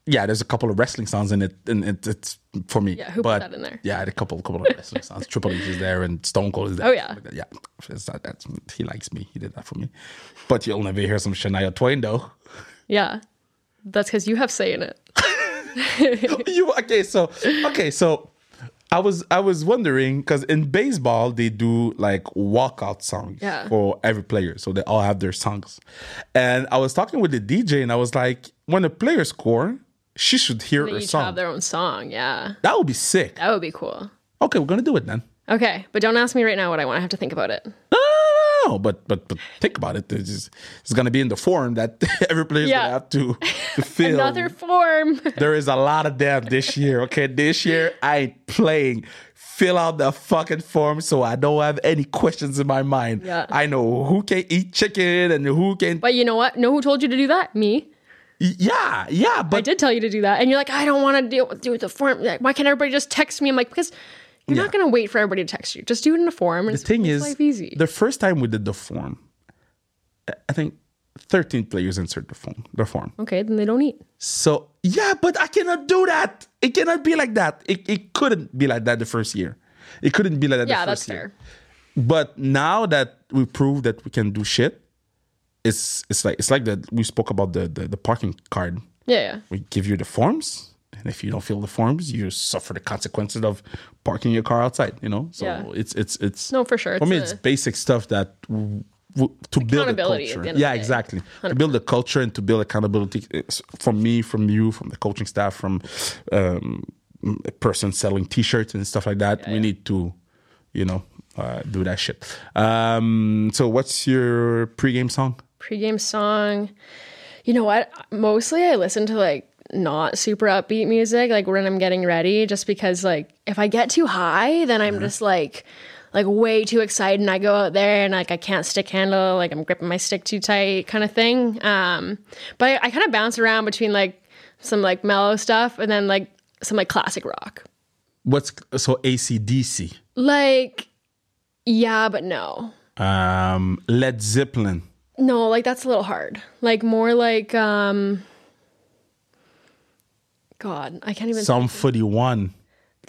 B: yeah, there's a couple of wrestling songs in it, and it, it's for me. Yeah,
A: who put that in there?
B: Yeah, a couple, couple of wrestling songs. Triple H is there, and Stone Cold is there.
A: Oh, yeah.
B: Like that. yeah. It's not- that's- he likes me. He did that for me. But you'll never hear some Shania Twain though.
A: yeah. That's because you have say in it.
B: you okay? So okay, so I was I was wondering because in baseball they do like walkout songs
A: Yeah.
B: for every player, so they all have their songs. And I was talking with the DJ, and I was like, when a player score, she should hear
A: They
B: her
A: each have
B: song.
A: their own song. Yeah,
B: that would be sick.
A: that would be cool.
B: Okay, we're gonna do it then.
A: Okay, but don't ask me right now what I want. I have to think about it.
B: No, no, no, no, but but but think about it. It's, just- it's gonna be in the form that every player
A: Yeah.
B: gonna have to to fill.
A: Another form.
B: There is a lot of them this year. Okay, this year I ain't playing. Fill out the fucking form so I don't have any questions in my mind.
A: Yeah.
B: I know who can eat chicken and who can.
A: But you know what? Know who told you to do that? Me.
B: yeah, yeah,
A: I
B: but
A: did tell you to do that, and you're like, I don't want to deal with, do it the form. Like, Why can't everybody just text me? I'm like, because you're not going to wait for everybody to text you. Just do it in a form. and
B: the
A: it's-
B: thing
A: it's
B: is,
A: life easy.
B: the first time we did the form, I- I think 13 players insert the form. The form.
A: okay, then they don't eat.
B: So yeah, but I cannot do that. It cannot be like that. It, it couldn't be like that the first year. It couldn't be like that.
A: Yeah,
B: the first
A: that's
B: year. But now that we prove that we can do shit, it's it's like it's like that we spoke about the the, the parking card.
A: Yeah, yeah.
B: We give you the forms, and if you don't fill the forms, you suffer the consequences of parking your car outside. You know, so
A: Yeah.
B: it's it's it's
A: No, for sure.
B: For
A: It's
B: me,
A: a-
B: it's basic stuff that. W- w- to build a
A: Accountability at
B: culture,
A: the end of
B: yeah,
A: the day.
B: exactly. To build a culture and to build accountability it's from me, from you, from the coaching staff, from um, a person selling T-shirts and stuff like that. we need to, you know, uh, do that shit. Um, so, what's your pregame song?
A: Pre-game song. You know what? Mostly I listen to like not super upbeat music, like when I'm getting ready, just because like if I get too high, then I'm just like like way too excited and I go out there and like I can't stick handle, like I'm gripping my stick too tight kind of thing. Um but I, I kind of bounce around between like some like mellow stuff and then like some like classic rock.
B: What's so ACDC?
A: Like yeah, but no.
B: Um, Led Zeppelin.
A: No, like that's a little hard. Like more like um God, I can't even
B: Psalm 41.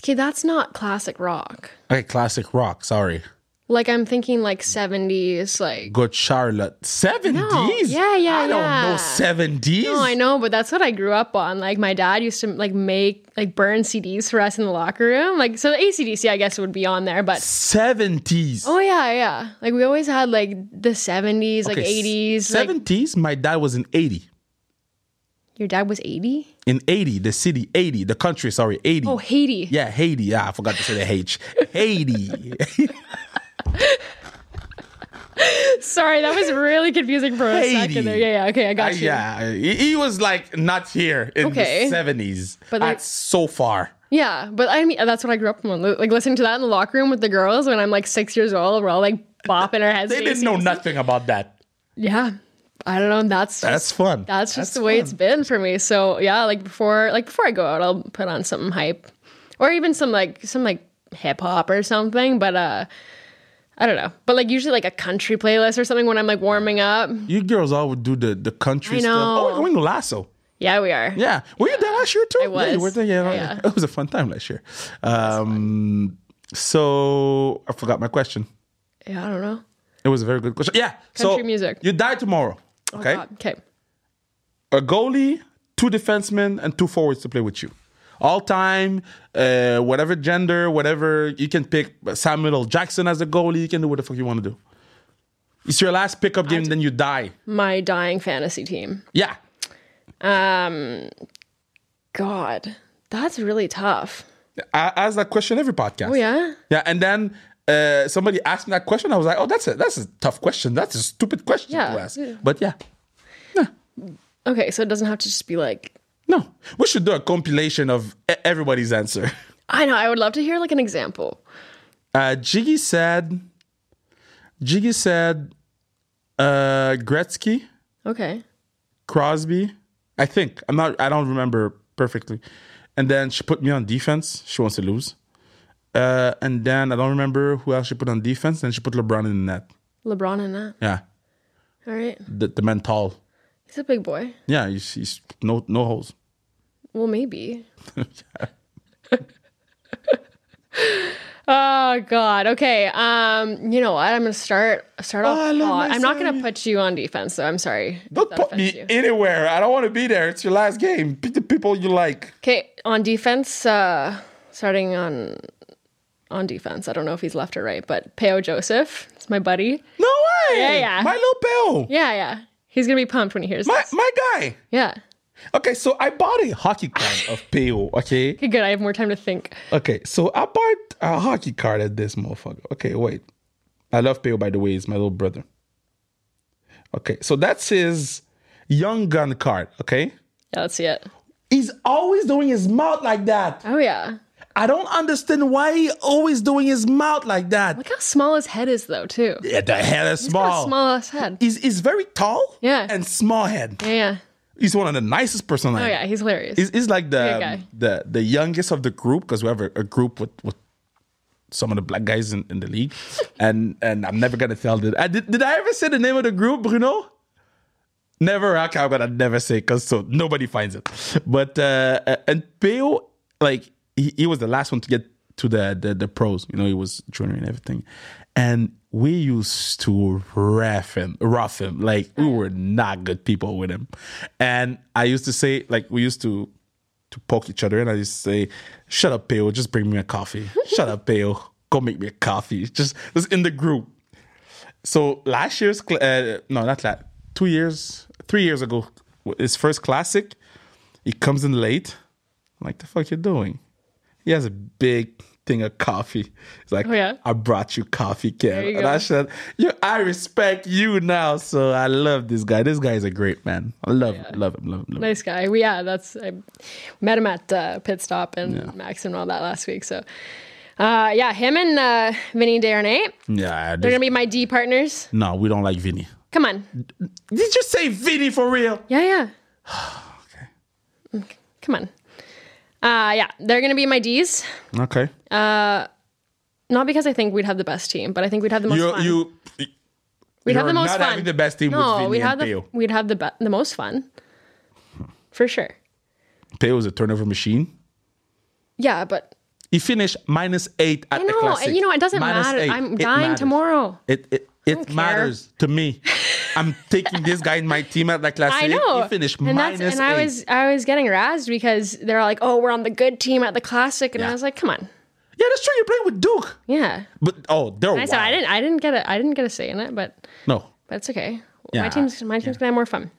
A: Okay, that's not classic rock.
B: Okay, classic rock. Sorry.
A: Like I'm thinking like 70s, like
B: Good Charlotte. 70s?
A: Yeah, yeah,
B: I
A: yeah.
B: don't know 70s.
A: No, I know, but that's what I grew up on. Like my dad used to like make like burn CDs for us in the locker room. Like so the ACDC I guess would be on there, but
B: 70s.
A: Oh yeah, yeah. Like we always had like the 70s, like 80s. like-
B: 70s, my dad was in 80.
A: your dad was 80?
B: In 80, the city, 80, the country, sorry, 80.
A: Oh, Haiti.
B: Yeah, Haiti. Yeah, I forgot to say the H. Haiti.
A: Sorry, that was really confusing for a
B: Haiti.
A: second there. Yeah, yeah. Okay, I
B: Uh,
A: got you.
B: yeah, he, he was like not here in
A: Okay.
B: the 70s. But
A: But
B: that's so far.
A: Yeah, but I mean, that's what I grew up on. Like listening to that in the locker room with the girls when I'm like six years old, we're all like bopping our heads.
B: They
A: to
B: didn't know
A: ACDC.
B: nothing about that.
A: Yeah, I don't know. That's just,
B: That's fun.
A: that's just the way it's been for me. So yeah, like before, like before I go out, I'll put on some hype, or even some like some like hip hop or something. But uh, I don't know. But like usually like a country playlist or something when I'm like warming up.
B: You girls all would do the, the country
A: I
B: stuff. Oh, we're
A: know.
B: going to Lasso.
A: Yeah, we are.
B: Yeah. Were you there last year too?
A: I
B: Yeah, you
A: was.
B: were there. Yeah,
A: Yeah.
B: It was a fun time last year. Um, so I forgot my question.
A: Yeah, I don't know.
B: It was a very good question. Yeah. so
A: Country music. Oh,
B: You die tomorrow. Okay.
A: God, okay.
B: a goalie, two defensemen, and two forwards to play with you. All time, uh, whatever gender, whatever you can pick. Samuel L. Jackson as a goalie. You can do what the fuck you want to do. It's your last pickup game, then you die.
A: My dying fantasy team.
B: Yeah.
A: Um, God, that's really tough.
B: I ask that question every podcast.
A: Oh yeah.
B: Yeah, and then uh, somebody asked me that question. I was like, "Oh, that's a that's a tough question. That's a stupid question
A: Yeah,
B: to ask."
A: yeah.
B: But yeah,
A: Okay, so it doesn't have to just be like.
B: no, we should do a compilation of e- everybody's answer.
A: I know. I would love to hear like an example.
B: Uh, Jiggy said, Jiggy said, uh, Gretzky,
A: Okay.
B: Crosby. I think I'm not. I don't remember perfectly. And then she put me on defense. She wants to lose. Uh, and then I don't remember who else she put on defense. Then she put LeBron in the net.
A: LeBron and that.
B: Yeah,
A: All right.
B: the the man tall.
A: He's a big boy.
B: Yeah, he's, he's no no holes.
A: Well, maybe. oh God. Okay. Um. You know what? I'm gonna start start off.
B: Oh, I love
A: hot.
B: my
A: I'm not gonna
B: son.
A: put you on defense, though. I'm sorry.
B: Don't put me anywhere. I don't want to be there. It's your last game. Pick the people you like.
A: Okay. On defense. Uh. Starting on. On defense, I don't know if he's left or right, but Peo Joseph, it's my buddy.
B: No way.
A: Yeah, yeah.
B: My little pal.
A: Yeah, yeah, he's gonna be pumped when he hears
B: My
A: this.
B: my guy.
A: Yeah,
B: Okay, so I bought a hockey card of Peo. Okay.
A: okay, good. I have more time to think.
B: Okay, so I bought a hockey card at this motherfucker. Okay, wait. I love Peo, by the way. He's my little brother. Okay, so that's his young gun card. Okay.
A: Yeah, let's see it.
B: He's always doing his mouth like that.
A: Oh yeah,
B: I don't understand why he always doing his mouth like that.
A: Look how small his head is, though, too.
B: Yeah, the head is
A: Look
B: small.
A: how small his head.
B: He's, he's very tall.
A: Yeah.
B: And small head.
A: Yeah, yeah.
B: He's one of the nicest person I
A: Oh yeah, he's hilarious.
B: He's, he's like
A: Good
B: the,
A: guy.
B: the the youngest of the group because we have a, a group with, with some of the black guys in, in the league. and and I'm never going to tell them. I, did, did I ever say the name of the group, Bruno? Never. Okay, I'm going to never say because so nobody finds it. But, uh, uh, and Peo, like, he, he was the last one to get to the, the, the pros. You know, he was junior and everything. And we used to rough him, rough him. Like, we were not good people with him. And I used to say, like, we used to to poke each other, and I just say, "Shut up, Pale. Just bring me a coffee. Shut up, Pale. Go make me a coffee." Just just in the group. So last year's cl- uh, no, not that. Two years, three years ago, his first classic. He comes in late. I'm like the fuck you doing? He has a big thing of coffee. He's like,
A: Oh, yeah?
B: I brought you coffee, Kev.
A: There you
B: and I
A: go.
B: said, you, I respect you now. So I love this guy. This guy is a great man. I love, him, love him, love him, love him.
A: nice guy. We, yeah, that's I met him at uh, pit stop and Max and all that last week. So, uh, yeah, him and uh, Vinny Darnay,
B: Yeah,
A: they're
B: this-
A: gonna be my D partners.
B: No, we don't like Vinny.
A: Come on.
B: Did you say Vinny for real?
A: Yeah, yeah. okay. Come on. Uh, yeah, they're gonna be my D's.
B: Okay.
A: Not because I think we'd have the best team, but I think we'd have the most
B: you
A: fun.
B: you
A: We'd have
B: You're
A: the most
B: not
A: fun.
B: having the best team with Vinny
A: we'd
B: and
A: have the,
B: Theo.
A: We'd have the be- the most fun, for sure.
B: Pay was a turnover machine.
A: Yeah, but
B: He finished minus eight at
A: I
B: the
A: know,
B: classic.
A: and you know, it doesn't
B: Minus
A: matter.
B: eight.
A: I'm
B: It
A: dying
B: matters.
A: tomorrow.
B: It it,
A: don't
B: it
A: care.
B: matters to me. I'm taking this guy in my team at the classic.
A: I know.
B: He finished
A: and
B: minus
A: that's, and
B: eight.
A: I was I was getting razzed because they're like, oh, we're on the good team at the classic, and I
B: Yeah.
A: was like, come on,
B: yeah, that's true. You're playing with Duke.
A: yeah.
B: But oh, they're
A: I
B: wild.
A: said I didn't I didn't get a I didn't get a say in it, but
B: No,
A: that's okay. My
B: Yeah.
A: team's my team's gonna have more fun.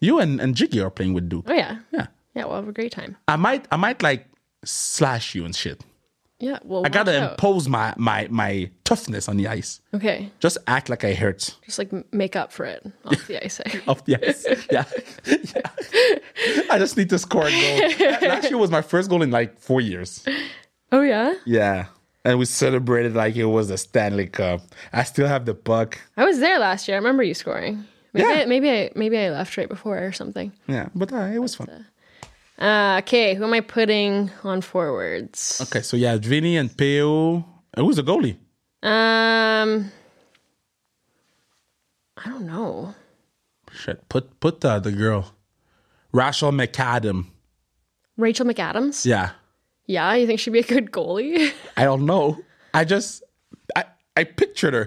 B: you and, and Jiggy are playing with Duke.
A: Oh yeah,
B: Yeah,
A: yeah. We'll have a great time.
B: I might I might like slash you and shit.
A: Yeah. Well,
B: I gotta impose my my my toughness on the ice.
A: Okay,
B: Just act like I hurt
A: just like m- make up for it off the ice.
B: off the ice. yeah. yeah. I just need to score a goal. That- Last year was my first goal in like four years.
A: oh yeah,
B: Yeah. And we celebrated like it was the Stanley Cup. I still have the puck.
A: I was there last year. I remember you scoring. Maybe
B: Yeah.
A: I, maybe I maybe I left right before or something.
B: Yeah, but uh, it was fun.
A: Uh, okay, who am I putting on forwards?
B: Okay, so yeah, Vinny and Peo. And Who's the goalie?
A: Um, I don't know.
B: Shit, put put uh, the girl, Rachel McAdam.
A: Rachel McAdams.
B: Yeah,
A: Yeah, you think she'd be a good goalie?
B: I don't know. I just I I pictured her.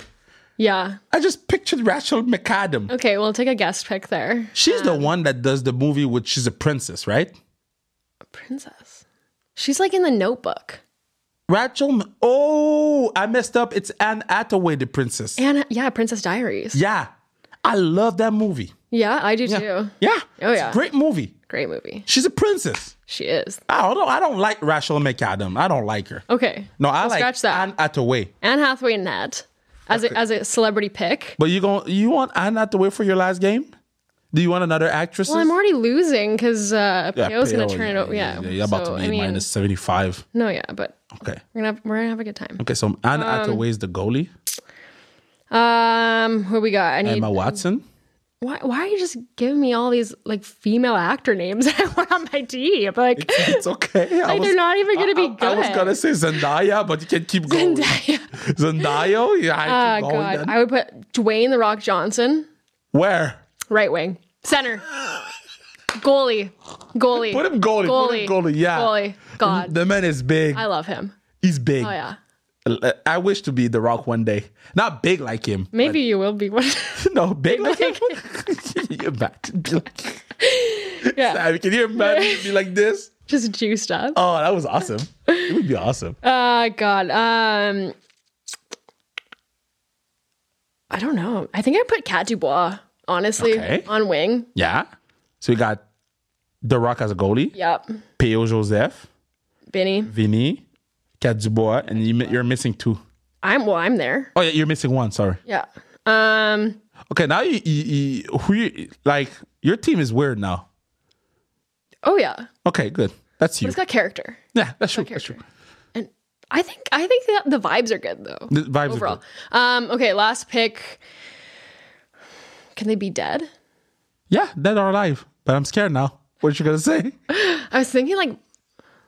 A: yeah.
B: I just pictured Rachel McAdam.
A: Okay, we'll take a guest pick there.
B: She's the one that does the movie with she's a princess, right?
A: Princess. She's like in the Notebook.
B: Rachel. M- Oh, I messed up. It's Anne Hathaway, the princess.
A: And yeah, Princess Diaries. Yeah,
B: Yeah, I love that movie.
A: I do too.
B: Yeah.
A: Oh,
B: It's a
A: yeah.
B: great movie.
A: Great movie.
B: She's a princess.
A: She is.
B: I don't know. I don't like Rachel McAdam. I don't like her.
A: Okay.
B: No, I
A: so
B: like
A: scratch that.
B: Anne Hathaway.
A: Anne Hathaway and Nat as a, as a celebrity pick.
B: But you going you want Anne Hathaway for your last game? Do you want another actress?
A: Well, I'm already losing because uh, Peo's gonna turn it over. Yeah,
B: Oh, yeah, you're about
A: so,
B: to be
A: I mean,
B: minus seventy five.
A: No, yeah, but
B: Okay,
A: we're gonna have, we're gonna have a good time.
B: okay. So Anne Hathaway is the goalie.
A: Um, who we got? I need.
B: Emma Watson.
A: Why, why are you just giving me all these like female actor names that I want on my team? Like,
B: It's okay. I
A: like they're not even gonna be good.
B: I, I was gonna say Zendaya, but you can keep going.
A: Zendaya.
B: Zendaya, yeah, I
A: Oh
B: keep going.
A: god,
B: then.
A: I would put Dwayne the Rock Johnson,
B: Where?
A: right wing, center, goalie, goalie.
B: Put him goalie. Put him goalie. Yeah.
A: goalie. God,
B: The man is big.
A: I love him.
B: He's big.
A: Oh yeah,
B: I wish to be The Rock one day. Not big like him.
A: maybe you will be one.
B: No, big like him. You're back to be like.
A: yeah,
B: Sorry, can you imagine be like this?
A: just juiced up.
B: Oh, that was awesome. It would be awesome.
A: Oh god. Um I don't know. I think I put Cat Dubois, honestly,
B: Okay.
A: on wing.
B: Yeah. So we got The Rock as a goalie,
A: Yep.
B: Peo Joseph,
A: Benny.
B: Vinny, Kat Dubois, and you, mi- you're missing two.
A: I'm well, I'm there.
B: Oh, yeah, you're missing one. Sorry.
A: Yeah. Um
B: Okay, now you, you, you who you, like your team is weird now.
A: oh yeah.
B: Okay, good. That's you.
A: It's got character.
B: yeah, that's true. That's true.
A: And I think I think that the vibes are good though.
B: The vibes are
A: overall.
B: good.
A: Um okay, last pick. Can they be dead?
B: Yeah, dead or alive. But I'm scared now. What you gonna say?
A: I was thinking like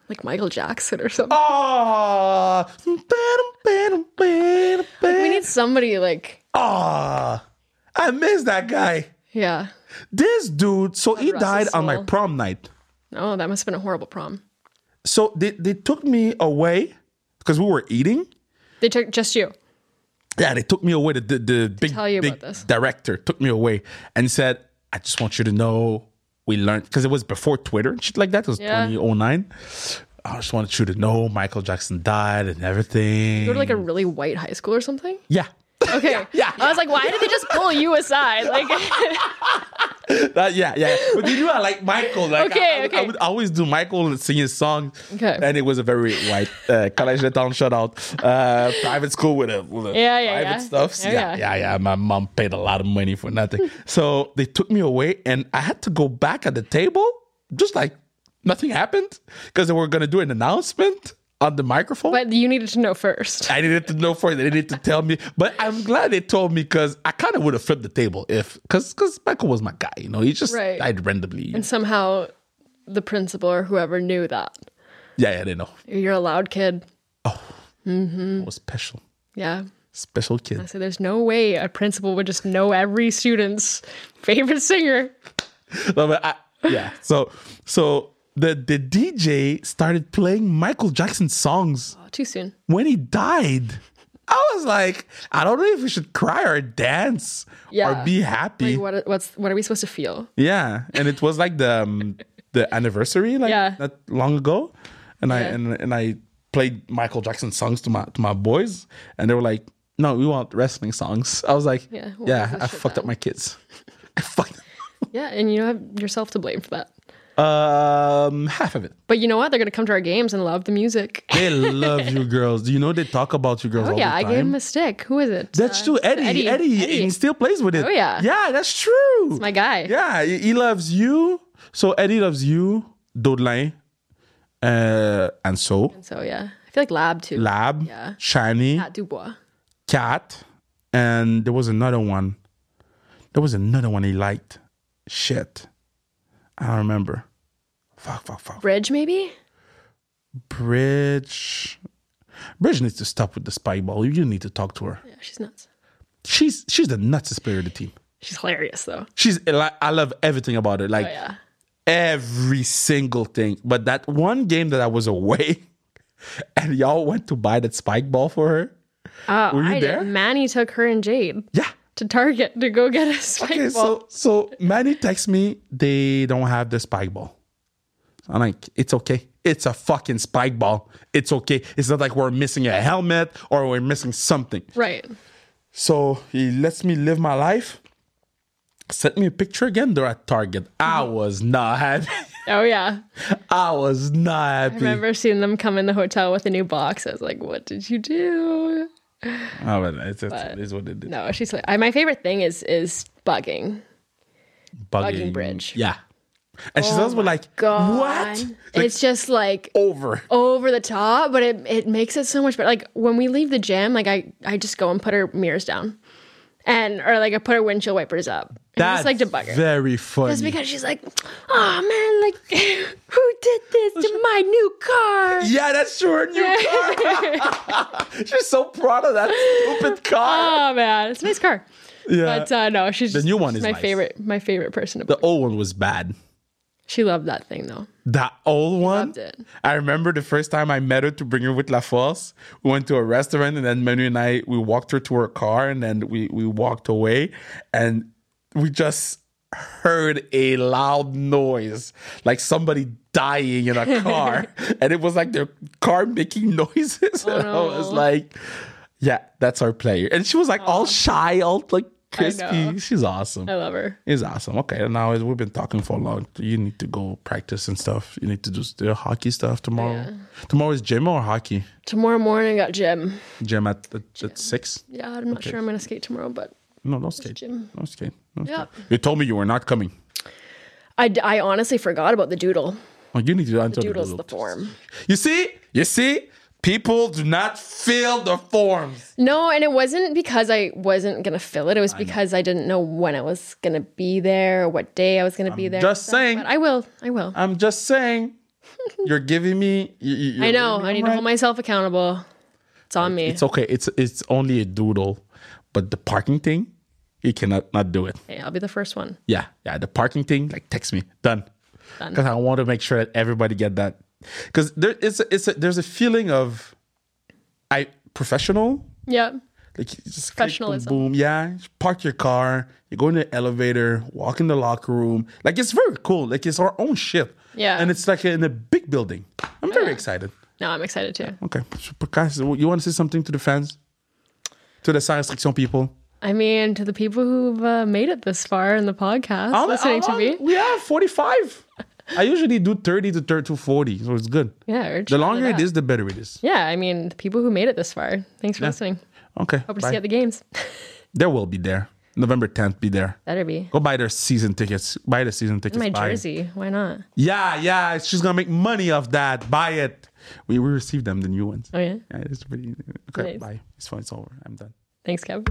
A: like Michael Jackson or something.
B: Oh,
A: We need somebody like
B: Ah, I miss that guy.
A: yeah.
B: This dude, so he
A: Russell
B: died on my
A: Sewell.
B: prom night.
A: Oh, that must have been a horrible prom.
B: So they, they took me away because we were eating.
A: They took just you.
B: Yeah, they took me away. The, the, the big,
A: tell you
B: big
A: about this.
B: director took me away and said, I just want you to know we learned because it was before Twitter and shit like that. It was
A: Yeah.
B: 2009. I just wanted you to know Michael Jackson died and everything.
A: go to like a really white high school or something?
B: yeah.
A: Okay. I was like, why did they just pull you aside? Like,
B: That- yeah, yeah. But you knew I like Michael. Like,
A: Okay,
B: I, I would-
A: okay.
B: I would always do Michael singing songs.
A: Okay.
B: And it was a very white uh, college town shout out, uh, private school with a, with a
A: Yeah, yeah,
B: private
A: yeah. Oh,
B: stuff. So
A: Yeah,
B: yeah,
A: yeah.
B: yeah, yeah. My mom paid a lot of money for nothing. so they took me away, and I had to go back at the table, just like nothing happened, because they were gonna do an announcement on the microphone.
A: but you needed to know first.
B: I needed to know first. They needed to tell me, but I'm glad they told me because I kind of would have flipped the table if, because because Michael was my guy, you know. He just
A: Right.
B: died randomly.
A: And somehow the principal or whoever knew that.
B: yeah, yeah, they know.
A: You're a loud kid.
B: I was special,
A: Yeah.
B: special kid.
A: So there's no way a principal would just know every student's favorite singer.
B: No, but I, yeah. So so the the DJ started playing Michael Jackson songs
A: Oh, too soon.
B: when he died. I was like, I don't know if we should cry or dance
A: Yeah.
B: or be happy.
A: Like, what, what's, what are we supposed to feel?
B: Yeah, and it was like the um, the anniversary, like
A: Yeah.
B: not long ago, and I
A: Yeah.
B: and, and I played Michael Jackson songs to my to my boys, and they were like, "No, we want wrestling songs." I was like,
A: Yeah,
B: "Yeah,
A: what was this
B: I
A: shit
B: fucked up
A: then?
B: my kids. I fucked
A: Yeah, and you have yourself to blame for that.
B: um half of it.
A: But you know what? They're going to come to our games and love the music.
B: They love you girls. Do you know they talk about you girls
A: Oh,
B: all
A: yeah,
B: the
A: I
B: time?
A: gave him a stick. Who is it?
B: That's
A: Uh,
B: true. Eddie, Eddie,
A: Eddie, Eddie.
B: he still plays with it.
A: Oh, yeah.
B: Yeah, that's true. It's
A: my guy.
B: Yeah, he he loves you. So Eddie loves you, Dodelain, uh, and so
A: So, yeah. I feel like Lab, too.
B: Lab,
A: Yeah.
B: Shiny,
A: At Dubois.
B: Cat, and there was another one. There was another one he liked. Shit, I don't remember. Fuck, fuck, fuck.
A: Bridge, maybe?
B: Bridge, Bridge needs to stop with the spike ball. You need to talk to her.
A: Yeah, she's nuts.
B: She's she's the nutsest player of the team.
A: She's hilarious, though.
B: She's like I love everything about her. Like
A: Oh, yeah.
B: every single thing. But that one game that I was away and y'all went to buy that spike ball for her.
A: Oh,
B: Were you
A: I did.
B: there?
A: Manny took her and Jade
B: Yeah.
A: to Target to go get a spike
B: Okay,
A: ball.
B: so so Manny texts me they don't have the spike ball. I'm like, it's okay. It's a fucking spike ball. It's okay. It's not like we're missing a helmet or we're missing something.
A: Right.
B: So he lets me live my life. Sent me a picture again. They're at Target. I
A: Mm-hmm.
B: was not happy.
A: Oh, yeah.
B: I was not happy.
A: I remember seeing them come in the hotel with a new box. I was like, what did you do?
B: Oh, but it's, it's, it's what it is.
A: No, she's like, I, my favorite thing is is bugging.
B: Bugging,
A: bridge. Oh
B: Yeah. And she's always like,
A: God. Oh,
B: what? Like,
A: It's just like
B: over.
A: over the top, but it, it makes it so much better. Like when we leave the gym, like I, I just go and put her mirrors down. And or like I put her windshield wipers up. And I
B: That's
A: just like to bug her.
B: very funny.
A: It's because she's like, oh man, like who did this to my new car?
B: yeah, that's true. Her new car. she's so proud of that stupid car.
A: Oh man, it's a nice car.
B: yeah.
A: But uh, no, she's the
B: new one is
A: my
B: nice.
A: favorite. My favorite person. To
B: the
A: bug.
B: old one was bad.
A: She loved that thing though.
B: That old one.
A: loved it.
B: I remember the first time I met her to bring her with La Force. We went to a restaurant and then Manu and I we walked her to her car and then we we walked away and we just heard a loud noise like somebody dying in a car and it was like their car making noises and I was
A: Oh, no.
B: like yeah that's our player and she was like all shy all like crispy
A: know.
B: she's awesome
A: I love her.
B: it's awesome. Okay, now is- we've been talking for long. You need to go practice and stuff. You need to do s- the hockey stuff tomorrow. Tomorrow is gym or hockey?
A: Tomorrow morning I got gym.
B: Gym at, at, at six?
A: Yeah, I'm not sure I'm gonna skate tomorrow, but
B: No, don't skate.
A: gym.
B: Don't skate. Don't
A: Yep.
B: skate. You told me you were not coming.
A: I, d- I honestly forgot about the doodle.
B: Oh, you need to answer the
A: Doodle's the
B: little-
A: form.
B: You see? You see? People do not fill the forms.
A: No, and it wasn't because I wasn't gonna fill it. It was because I, didn't know when I was gonna be there or what day I was gonna be there. and
B: just
A: stuff,
B: saying.
A: But I will. I will.
B: I'm just saying. You're giving me. You, you- you're
A: I know.
B: giving me
A: I need
B: one
A: to
B: right.
A: hold myself accountable. It's on me.
B: It's okay. It's it's only a doodle, but the parking thing, you cannot not do it.
A: Hey, I'll be the first one.
B: Yeah, yeah. The parking thing, like, text me. Done. Because I want to make sure that everybody get that. Because there, it's, a- it's a, there's a feeling of, I professional,
A: Yeah.
B: like you just click, boom,
A: Professionalism.
B: boom, yeah. You Park your car. You go in the elevator. Walk in the locker room. Like it's very cool. Like it's our own ship.
A: Yeah.
B: And it's like in a big building. I'm very excited.
A: No, I'm excited too.
B: Okay, so Prakash, you want to say something to the fans, to the sans restriction people?
A: I mean, to the people who've uh, made it this far in the podcast,
B: I'm-
A: listening to
B: I'm-
A: me.
B: Yeah, 45. I usually do 30 to 30 to 40, so it's good.
A: Yeah. or
B: The
A: chat
B: longer it
A: up.
B: is, the better it is.
A: Yeah, I mean, the people who made it this far. Thanks for listening.
B: Okay.
A: Hope to
B: bye.
A: see you at the games.
B: There will be there. November 10th, be there.
A: Better be.
B: Go buy their season tickets. Buy the season tickets.
A: My
B: buy it.
A: jersey. Why not?
B: Yeah, yeah. She's gonna make money off that. Buy it. We, we received them, the new ones.
A: Oh, yeah?
B: Yeah, it's pretty. Okay,
A: Nice.
B: bye. It's fine. It's over. I'm done.
A: Thanks, Kev.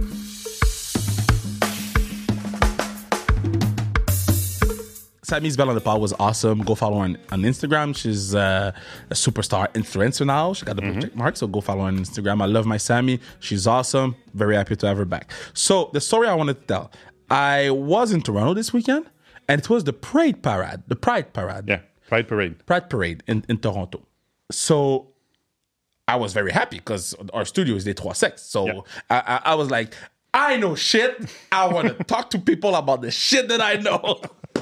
B: Sammy's Bell on the Pod was awesome. Go follow her on, on Instagram. She's uh, a superstar influencer now. She got the blue check mark, so go follow her on Instagram. I love my Sammy. She's awesome. Very happy to have her back. So, the story I wanted to tell I was in Toronto this weekend, and it was the Parade Parade, the Pride Parade.
C: Yeah. Pride Parade.
B: Pride Parade in, in Toronto. So I was very happy because our studio is Les Trois Sex. So I, I, I was like, I know shit. I want to talk to people about the shit that I know.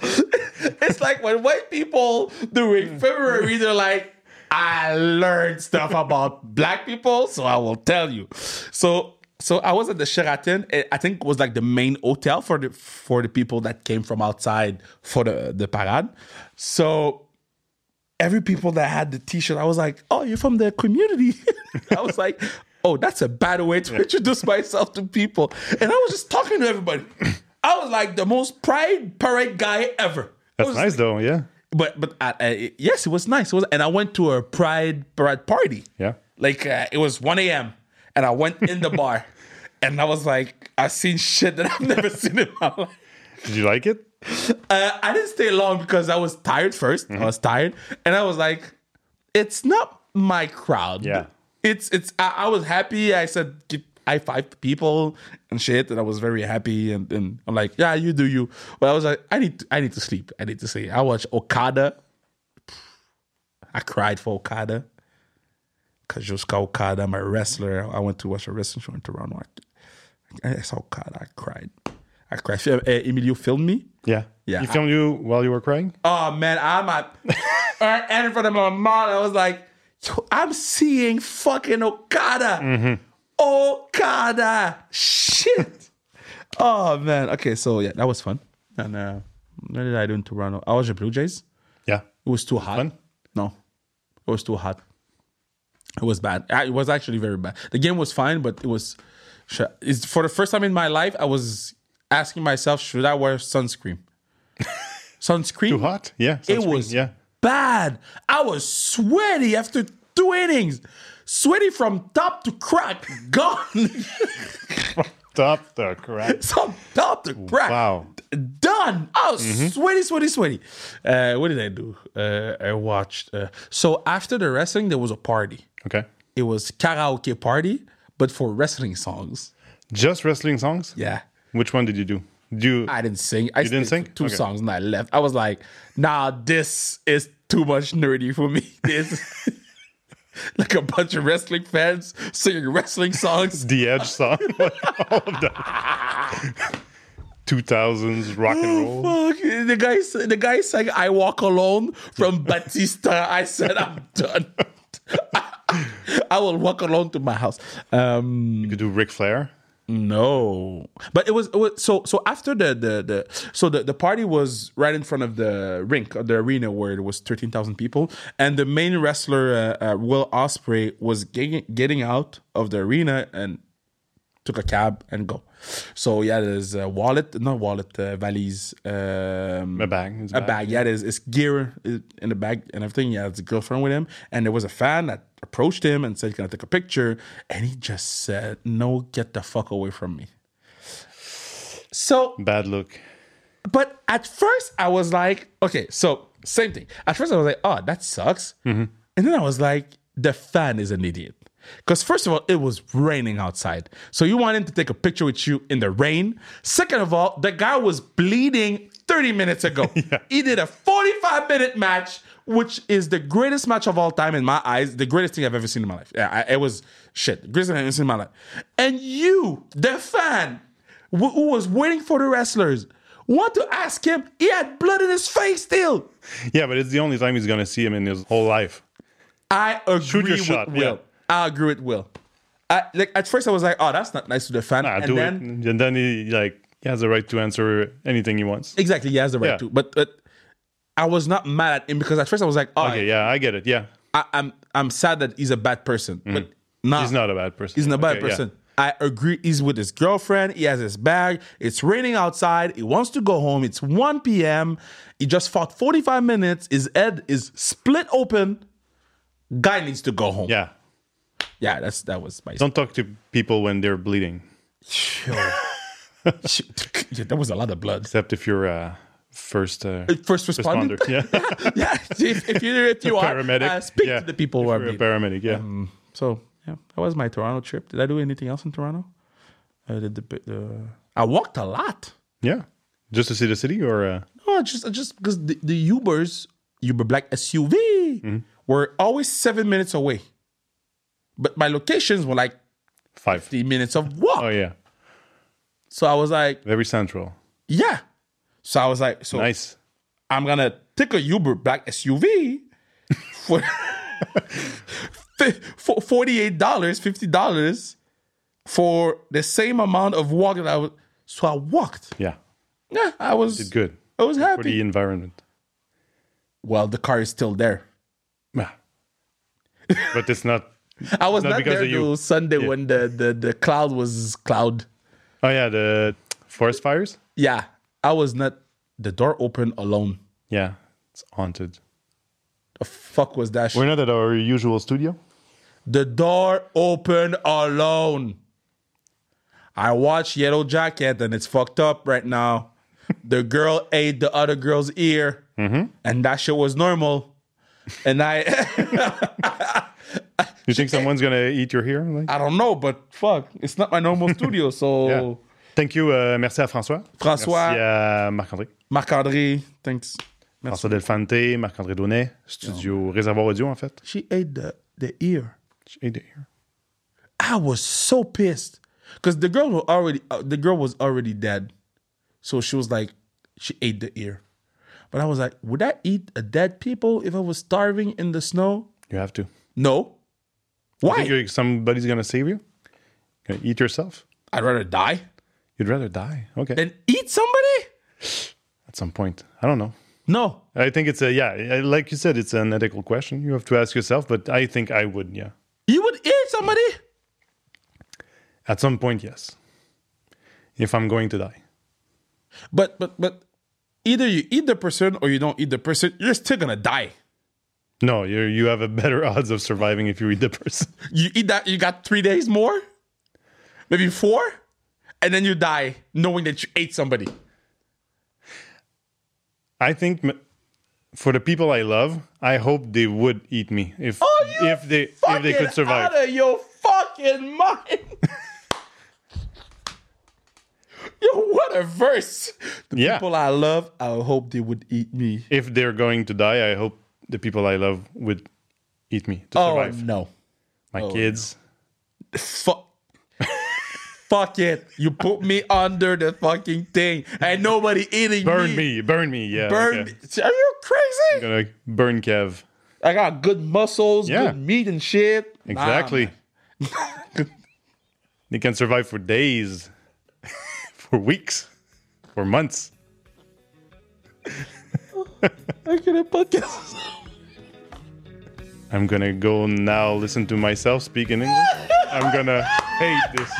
B: it's like when white people during February, they're like, I learned stuff about black people, so I will tell you. So so I was at the Sheraton. It, I think was like the main hotel for the for the people that came from outside for the the parade. So every people that had the t-shirt, I was like, oh, you're from the community. I was like, oh, that's a bad way to introduce myself to people. And I was just talking to everybody. I was like the most pride parade guy ever. I
C: That's
B: was
C: nice though. Yeah.
B: but but uh, uh, yes, it was nice. It was, and I went to a pride pride party.
C: Yeah.
B: like uh, it was one a.m. and I went in the bar, and I was like, I've seen shit that I've never seen in my life.
C: Did you like it?
B: Uh, I didn't stay long because I was tired 1st I was tired, and I was like, it's not my crowd.
C: Yeah.
B: it's it's. I, I was happy. I said. Give, I five people and shit, and I was very happy. And, and I'm like, yeah, you do you. But I was like, I need, to, I need to sleep. I need to sleep. I watched Okada I cried for Okada. Kazuchika Okada, my wrestler. I went to watch a wrestling show in Toronto. I, I saw Okada. I cried. I cried. Uh, Emilio filmed me.
C: Yeah.
B: Yeah.
C: You filmed you while you were crying?
B: Oh man, I'm at and in front of my mom. I was like, "Yo, I'm seeing fucking Okada.
C: Mm-hmm.
B: Okada. Shit. oh man. Okay, so yeah, that was fun. And uh, what did I do in Toronto? I was at Blue Jays.
C: Yeah.
B: It was too hot.
C: Fun?
B: No, it was too hot. It was bad. I- It was actually very bad. The game was fine, but it was. sh- It's for the first time in my life, I was asking myself, should I wear sunscreen? sunscreen.
C: Too hot? Yeah.
B: It
C: sunscreen,
B: was
C: Yeah.
B: bad. I was sweaty after two innings, sweaty from top to crack, gone.
C: Stop the crap.
B: Some top to crack.
C: Wow. Mm-hmm.
B: D- Done. I was sweaty, sweaty, sweaty. Uh, what did I do? Uh, I watched. Uh, so after the wrestling, there was a party.
C: Okay.
B: It was karaoke party, but for wrestling songs.
C: Just wrestling songs?
B: Yeah.
C: Which one did you do? Did you
B: I didn't sing. I stayed
C: didn't
B: for
C: sing?
B: two
C: Okay.
B: songs and I left. I was like, nah, this is too much nerdy for me. This like a bunch of wrestling fans singing wrestling songs.
C: the Edge song? All of that. 2000s rock and roll.
B: Fuck. The guy, s- the guy sang "I Walk Alone" from Batista. I said, "I'm done. I will walk alone to my house." Um,
C: You could do Ric Flair.
B: no, but it was, it was so so. After the the the so the, the party was right in front of the rink, or the arena where it was thirteen thousand people, and the main wrestler uh, uh, Will Osprey was getting getting out of the arena and took a cab and go. So yeah, there's a uh, wallet, not wallet, uh, valise, um,
C: A bag, it's a
B: a
C: bag,
B: bag. Yeah, there's it's gear in the bag and everything. Yeah, it's a girlfriend with him, and there was a fan that approached him and said, "Can I take a picture?" And he just said, "No, get the fuck away from me." So
C: Bad look.
B: but at first I was like, okay, so same thing. At first I was like, oh, that sucks. And then I was like, the fan is an idiot. Because first of all, it was raining outside. So you want him to take a picture with you in the rain. Second of all, the guy was bleeding 30 minutes ago. He did a 45 minute match, which is the greatest match of all time in my eyes. The greatest thing I've ever seen in my life. Yeah, I, it was shit. Greatest thing I've ever seen in my life. And you, the fan, who who was waiting for the wrestlers, want to ask him. He had blood in his face still.
C: Yeah, but it's the only time he's gonna see him in his whole life.
B: I agree
C: your
B: with
C: shot,
B: Will.
C: yeah.
B: I agree with Will. I, like at first, I was like, "Oh, that's not nice to the fan."
C: Ah,
B: and
C: do
B: then
C: it, and then he like he has the right to answer anything he wants.
B: exactly, he has the right
C: Yeah.
B: to. But, but I was not mad at him because at first I was like, "Oh,
C: Okay, yeah, I get it. Yeah,
B: I, I'm I'm sad that he's a bad person." But nah,
C: Mm. he's not a bad person.
B: He's not a bad
C: Okay, yeah.
B: person. I agree. He's with his girlfriend. He has his bag. It's raining outside. He wants to go home. It's 1 p.m. He just fought 45 minutes. His head is split open. Guy needs to go home.
C: Yeah,
B: Yeah, that's that was my
C: don't talk to people when they're bleeding,
B: Yo. Shit. yeah, that was a lot of blood.
C: except if you're uh, first uh,
B: First responder.
C: responder. Yeah,
B: yeah. If, if you if you are
C: paramedic.
B: uh, speak
C: Yeah.
B: to the people who
C: You're
B: are
C: a
B: being-
C: paramedic. Yeah,
B: Um. So yeah, that was my Toronto trip. Did I do anything else in Toronto? I did the, the I walked a lot.
C: yeah, just to see the city or uh,
B: Oh, just just because the, the Ubers Uber Black SUV
C: Mm-hmm.
B: were always seven minutes away. But my locations were like
C: Five.
B: 50 minutes of walk.
C: Oh yeah,
B: So I was like,
C: very central.
B: yeah. So I was like, so
C: Nice.
B: I'm gonna take a Uber black SUV for for forty-eight dollars, fifty dollars for the same amount of walk that I was. So I walked.
C: Yeah,
B: Yeah, I was
C: good
B: I was
C: for
B: happy.
C: the environment.
B: well, the car is still there.
C: Ah. but it's not.
B: I was
C: Not
B: not,
C: because
B: there
C: of you.
B: till Sunday when the, the the cloud was cloud.
C: Oh yeah, the forest fires.
B: Yeah, I was not. The door opened alone.
C: Yeah, it's haunted.
B: The fuck was that? Shit?
C: We're not at our usual studio.
B: The door opened alone. I watched Yellow Jacket and it's fucked up right now. The girl ate the other girl's ear,
C: Mm-hmm.
B: and that shit was normal. And I,
C: You think someone's gonna eat your hair? Like?
B: I don't know, but fuck, it's not my normal studio. So
C: Yeah. Thank you. Uh, merci à François.
B: François,
C: Merci à Marc-André.
B: Marc André, thanks.
C: François Delfante, Marc-André Daunet, studio
B: Oh.
C: Réservoir Audio, en fait.
B: She ate the the ear.
C: J'ai des ears.
B: I was so pissed because the girl was already uh, the girl was already dead, so she was like she ate the ear, but I was like, would I eat a dead people if I was starving in the snow?
C: You have to.
B: No.
C: Think
B: Why?
C: you're- somebody's gonna save you? Gonna eat yourself?
B: I'd rather die
C: You'd rather die. Okay.
B: than eat somebody.
C: at some point. I don't know.
B: No,
C: I think it's a, yeah, I- like you said, it's an ethical question you have to ask yourself, but I think I would, yeah.
B: you would eat somebody.
C: At some point, yes. If I'm going to die.
B: But but but either you eat the person or you don't eat the person. You're still gonna die.
C: No, you you have a better odds of surviving if you eat the person.
B: You eat that. You got three days more, maybe four, and then you die knowing that you ate somebody.
C: I think m- for the people I love, I hope they would eat me if
B: Oh, you
C: if they if they could survive.
B: Out of your fucking mind. Yo, what a verse. The
C: Yeah.
B: people I love, I hope they would eat me.
C: If they're going to die, I hope the people I love would eat me to
B: Oh
C: survive.
B: no.
C: My kids.
B: Fuck. Fuck it. You put me under the fucking thing. Ain't nobody eating
C: Burn
B: me.
C: me, burn me, yeah.
B: Burn
C: okay.
B: me. Are you crazy?
C: Gonna burn Kev.
B: I got good muscles,
C: Yeah.
B: good meat and shit. Nah,
C: Exactly.
B: man.
C: they can survive for days, for weeks, for months.
B: I couldn't podcast.
C: I'm gonna go now listen to myself speak in English. I'm gonna hate this.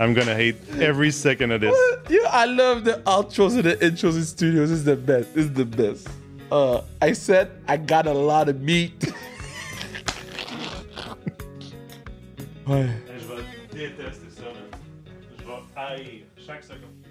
C: I'm gonna hate every second of this.
B: Yeah, I love the outros and the intros in studios. It's the best. It's the best. Uh, I said I got a lot of meat. Ouais.
C: Je vais détester ça. Je vais haïr chaque seconde.